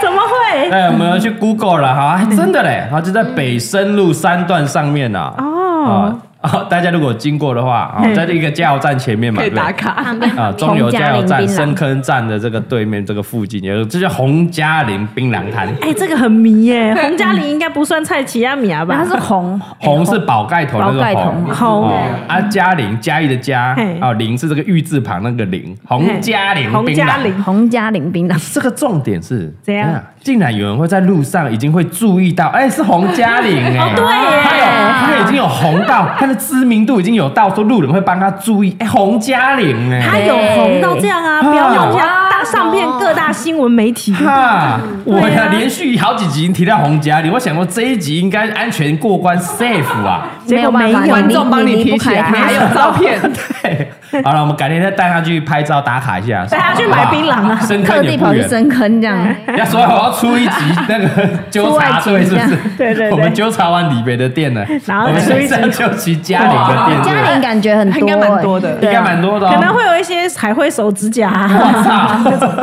Speaker 2: 怎么会？
Speaker 3: 哎，我们要去 Google 了哈，还真的嘞，它就在北深路三段上面呐。哦哦，大家如果经过的话，哦，在这个加油站前面嘛，
Speaker 4: 可
Speaker 3: 对
Speaker 4: 以
Speaker 3: 不对
Speaker 4: 打卡，
Speaker 5: 旁边
Speaker 3: 啊，中油加油站
Speaker 1: 红嘉陵槟榔
Speaker 3: 深坑站的这个对面这个附近，有这叫洪嘉陵槟榔摊。
Speaker 2: 哎、这个很迷耶、洪嘉玲应该不算菜奇亚米亚
Speaker 1: 然后
Speaker 2: 吧？
Speaker 1: 它是红
Speaker 3: 红是宝盖头那
Speaker 1: 宝盖
Speaker 3: 个
Speaker 1: 头
Speaker 3: 红，
Speaker 2: 红
Speaker 3: 哦啊，嘉陵嘉义的嘉
Speaker 2: 嘿，
Speaker 3: 啊，陵是这个玉字旁那个陵，洪嘉陵
Speaker 2: 洪
Speaker 3: 槟
Speaker 2: 嘉
Speaker 3: 榔
Speaker 2: 玲。
Speaker 1: 红加林槟榔，
Speaker 3: 这个重点是
Speaker 2: 怎样
Speaker 3: 哎呀竟然有人会在路上已经会注意到，哎、是洪嘉玲哎、
Speaker 2: 哦对耶
Speaker 3: 他有他已经有红到，他的知名度已经有到，说路人会帮他注意，哎、洪嘉玲哎、
Speaker 2: 他有红到这样啊，
Speaker 3: 哎
Speaker 2: 不要用家大上片各大新闻媒体。
Speaker 3: 哈，我
Speaker 2: 对
Speaker 3: 呀、
Speaker 2: 啊
Speaker 3: 连续好几集提到洪嘉玲，我想说这一集应该安全过关 safe 啊。
Speaker 2: 结果
Speaker 1: 没有办法
Speaker 2: 没有
Speaker 4: 观众帮
Speaker 1: 你
Speaker 4: 你
Speaker 1: 你
Speaker 4: 提
Speaker 1: 不
Speaker 4: 起
Speaker 1: 开
Speaker 4: 来，
Speaker 1: 它
Speaker 4: 还有照片，
Speaker 3: 对，好了，我们改天再带他去拍照打卡一下，
Speaker 2: 带他去买槟榔啊
Speaker 3: 深
Speaker 1: 特
Speaker 3: 坑也
Speaker 1: 地
Speaker 3: 不
Speaker 1: 跑去
Speaker 3: 远。
Speaker 1: 深坑这样。
Speaker 3: 要说我要出一集 那个纠察队，是不
Speaker 1: 出
Speaker 3: 是
Speaker 1: 外？
Speaker 2: 对对对
Speaker 3: 我们纠察完里边的店了，
Speaker 2: 然后
Speaker 3: 我们
Speaker 2: 出一集
Speaker 3: 现在就去嘉陵的店，
Speaker 1: 嘉
Speaker 3: 对
Speaker 1: 玲感觉很多、
Speaker 4: 应该蛮多的
Speaker 1: 哎
Speaker 3: 不对
Speaker 1: 对
Speaker 3: 应该
Speaker 1: 啊
Speaker 3: 蛮多的哦。
Speaker 2: 可能会有一些彩绘手指甲、啊，
Speaker 3: 我操！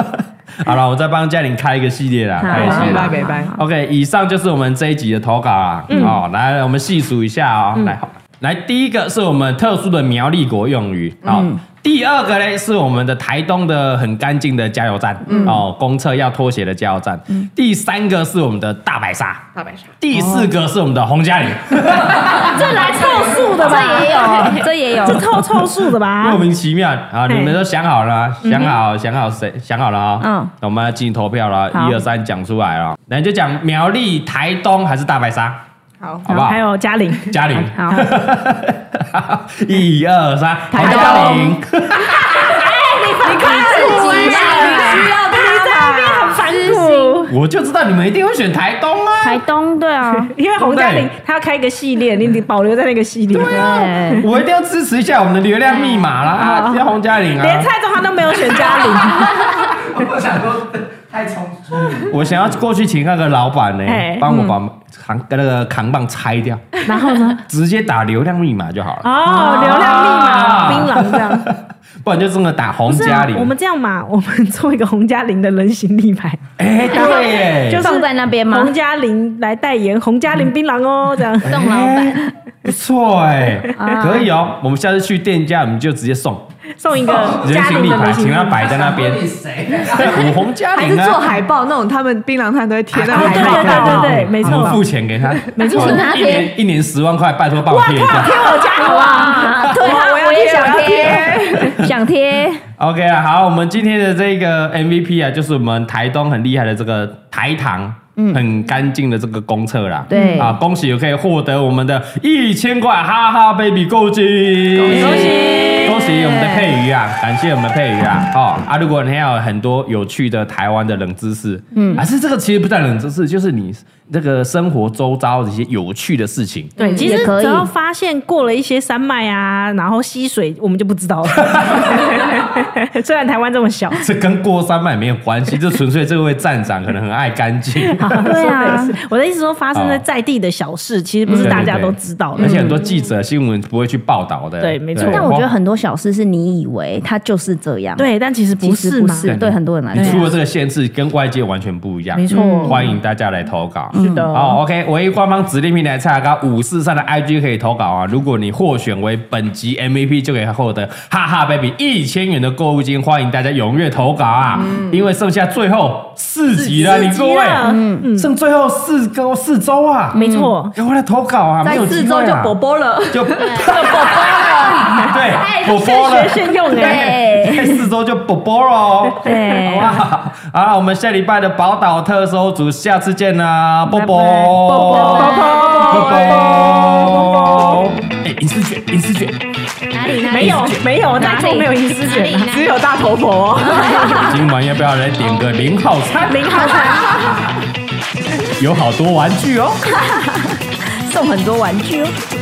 Speaker 3: 好了，我再帮嘉玲开一个系列啦，开一个系
Speaker 4: 拜
Speaker 3: 列
Speaker 4: 拜
Speaker 3: 啦。
Speaker 4: 拜拜。
Speaker 3: OK，以上就是我们这一集的投稿啊。哦，来，我们细数一下哦。来，来，第一个是我们特殊的苗栗国用语哦。第二个嘞是我们的台东的很干净的加油站、哦，公厕要脱鞋的加油站。第三个是我们的大白鲨，
Speaker 4: 大白鲨，
Speaker 3: 第四个是我们的洪嘉玲，
Speaker 2: 这来凑数的
Speaker 1: 这也
Speaker 2: 吧？
Speaker 1: 有，这也有。
Speaker 2: 这凑凑数的吧
Speaker 3: 莫？名其妙啊！
Speaker 2: 嘿
Speaker 3: 你们都想好了啊，想好想好谁想好了啊？
Speaker 1: 嗯，
Speaker 3: 那我们要进行投票了啊，
Speaker 1: 好
Speaker 3: 一二三讲出来啊！那你就讲苗栗、台东还是大白鲨，
Speaker 4: 好，
Speaker 3: 好不好
Speaker 2: 还？有嘉玲，
Speaker 3: 嘉玲，
Speaker 1: 好，
Speaker 3: 一二三，
Speaker 1: 台
Speaker 3: 洪嘉玲，
Speaker 4: 需
Speaker 5: 自己要
Speaker 4: 要他吧？
Speaker 2: 反骨，
Speaker 3: 我就知道你们一定会选台东啊！
Speaker 1: 台东对啊，
Speaker 2: 因为洪嘉玲
Speaker 3: 哎对啊
Speaker 2: 她要开一个系列，你得保留在那个系列。
Speaker 1: 对，
Speaker 3: 我一定要支持一下我们的流量密码啦！啊，要洪嘉玲啊！
Speaker 2: 连蔡中华都没有选嘉 玲，
Speaker 3: 我想说太冲我想要过去请那个老板呢
Speaker 2: 哎，
Speaker 3: 帮我把扛那个扛棒拆掉，
Speaker 1: 然后呢？
Speaker 3: 直接打流量密码就好了，
Speaker 2: 哦，流量密码
Speaker 3: 啊
Speaker 2: 槟榔这样。
Speaker 3: 不然就真的打洪
Speaker 2: 是
Speaker 3: 嘉
Speaker 2: 啊
Speaker 3: 玲。，
Speaker 2: 我们这样嘛，我们做一个洪嘉玲的人形立牌，
Speaker 3: 哎，对 耶，
Speaker 2: 就是
Speaker 1: 放在那边吗
Speaker 2: 洪？嘉玲来代言洪嘉玲槟榔哦，这样。
Speaker 4: 哎
Speaker 5: 动老板，
Speaker 3: 不错哎，可以哦。我们下次去店家，我们就直接送
Speaker 2: 送一个
Speaker 3: 人
Speaker 2: 嘉
Speaker 3: 形
Speaker 2: 玲
Speaker 3: 立
Speaker 2: 的
Speaker 3: 牌，
Speaker 2: 人形
Speaker 3: 请
Speaker 2: 立
Speaker 3: 他
Speaker 2: 牌。
Speaker 3: 摆在那 边。哎，我洪嘉
Speaker 4: 还是
Speaker 3: 玲
Speaker 4: 做
Speaker 3: 啊，
Speaker 4: 海报那种，他们槟榔摊都会贴那
Speaker 2: 啊
Speaker 4: 个
Speaker 2: 对
Speaker 4: 海
Speaker 2: 对
Speaker 4: 报。
Speaker 2: 对对对，没
Speaker 3: 哦我们
Speaker 2: 错。
Speaker 3: 付钱给他，
Speaker 2: 没错
Speaker 3: 哦一年一年十万块，拜托帮我贴一下。
Speaker 2: 贴我家好不 好？对啊，我也想贴。
Speaker 1: 想贴
Speaker 3: OK 啊，好，我们今天的这个 MVP 啊，就是我们台东很厉害的这个台糖。
Speaker 2: 嗯
Speaker 3: 很干净的这个公厕啦。
Speaker 1: 对
Speaker 3: 啊，恭喜可以获得我们的一千块哈哈 baby 购金，
Speaker 4: 恭喜
Speaker 3: 恭喜我们的佩瑜啊，感谢我们的佩瑜啊，哦啊，如果你还有很多有趣的台湾的冷知识，嗯，还是这个其实不叫冷知识，就是你这个生活周遭的一些有趣的事情。
Speaker 2: 对，其
Speaker 1: 嗯也
Speaker 2: 实
Speaker 1: 可以
Speaker 2: 只要发现过了一些山脉啊，然后溪水，我们就不 知道了。虽然台湾这么小，
Speaker 3: 这跟过山脉没有关系，这纯粹这位站长可能很爱干净，
Speaker 1: 对啊，
Speaker 2: 我的意思说，发生在在地的小事，其实不是大家都知道的
Speaker 3: 嗯而。且很多记者新闻不会去报道的。
Speaker 2: 对没错
Speaker 1: 但我觉得很多小事是你以为它就是这样，，
Speaker 2: 对，但其实
Speaker 1: 其
Speaker 2: 不
Speaker 1: 实
Speaker 2: 是
Speaker 1: 不
Speaker 2: 嘛。
Speaker 1: 是，对很啊多人来
Speaker 3: 你出
Speaker 1: 说，
Speaker 3: 了这个限制，跟外界完全不一样。
Speaker 2: 没错
Speaker 3: 嗯欢迎大家来投稿。是
Speaker 2: 的
Speaker 3: 好，OK，唯一官方指定平台蔡雅高五四三的 IG 可以投稿啊。如果你获选为本集 MVP，就可以获得哈哈 baby 一千元的购物金。欢迎大家踊跃投稿啊！因为剩下最后四集了，你各位，
Speaker 2: 嗯，
Speaker 3: 剩最后四个四周啊，
Speaker 2: 没
Speaker 1: 嗯
Speaker 2: 错，
Speaker 3: 赶快来投稿啊！没
Speaker 4: 在
Speaker 3: 有
Speaker 4: 四
Speaker 3: 机
Speaker 4: 周
Speaker 3: 会
Speaker 4: 就
Speaker 3: 啊
Speaker 4: 波波了，
Speaker 3: 就就 对，波波了，
Speaker 2: 现用哎，
Speaker 3: 对，在四周就波波了哦。
Speaker 1: 对
Speaker 3: 好吧，好啊了，我们下礼拜的宝岛特搜组下次见啊啦，波波，波波，波波，波波，哎，影视卷，影视卷，
Speaker 5: 哪里哪里
Speaker 2: 没有没有，大众没有隐私
Speaker 5: 哪里
Speaker 2: 权
Speaker 5: 哪。里
Speaker 4: 只有大头 佛、哦。
Speaker 3: 今晚要不要来点个零号餐？
Speaker 2: 零号餐，
Speaker 3: 有好多玩具哦。
Speaker 1: 送很多玩具哦。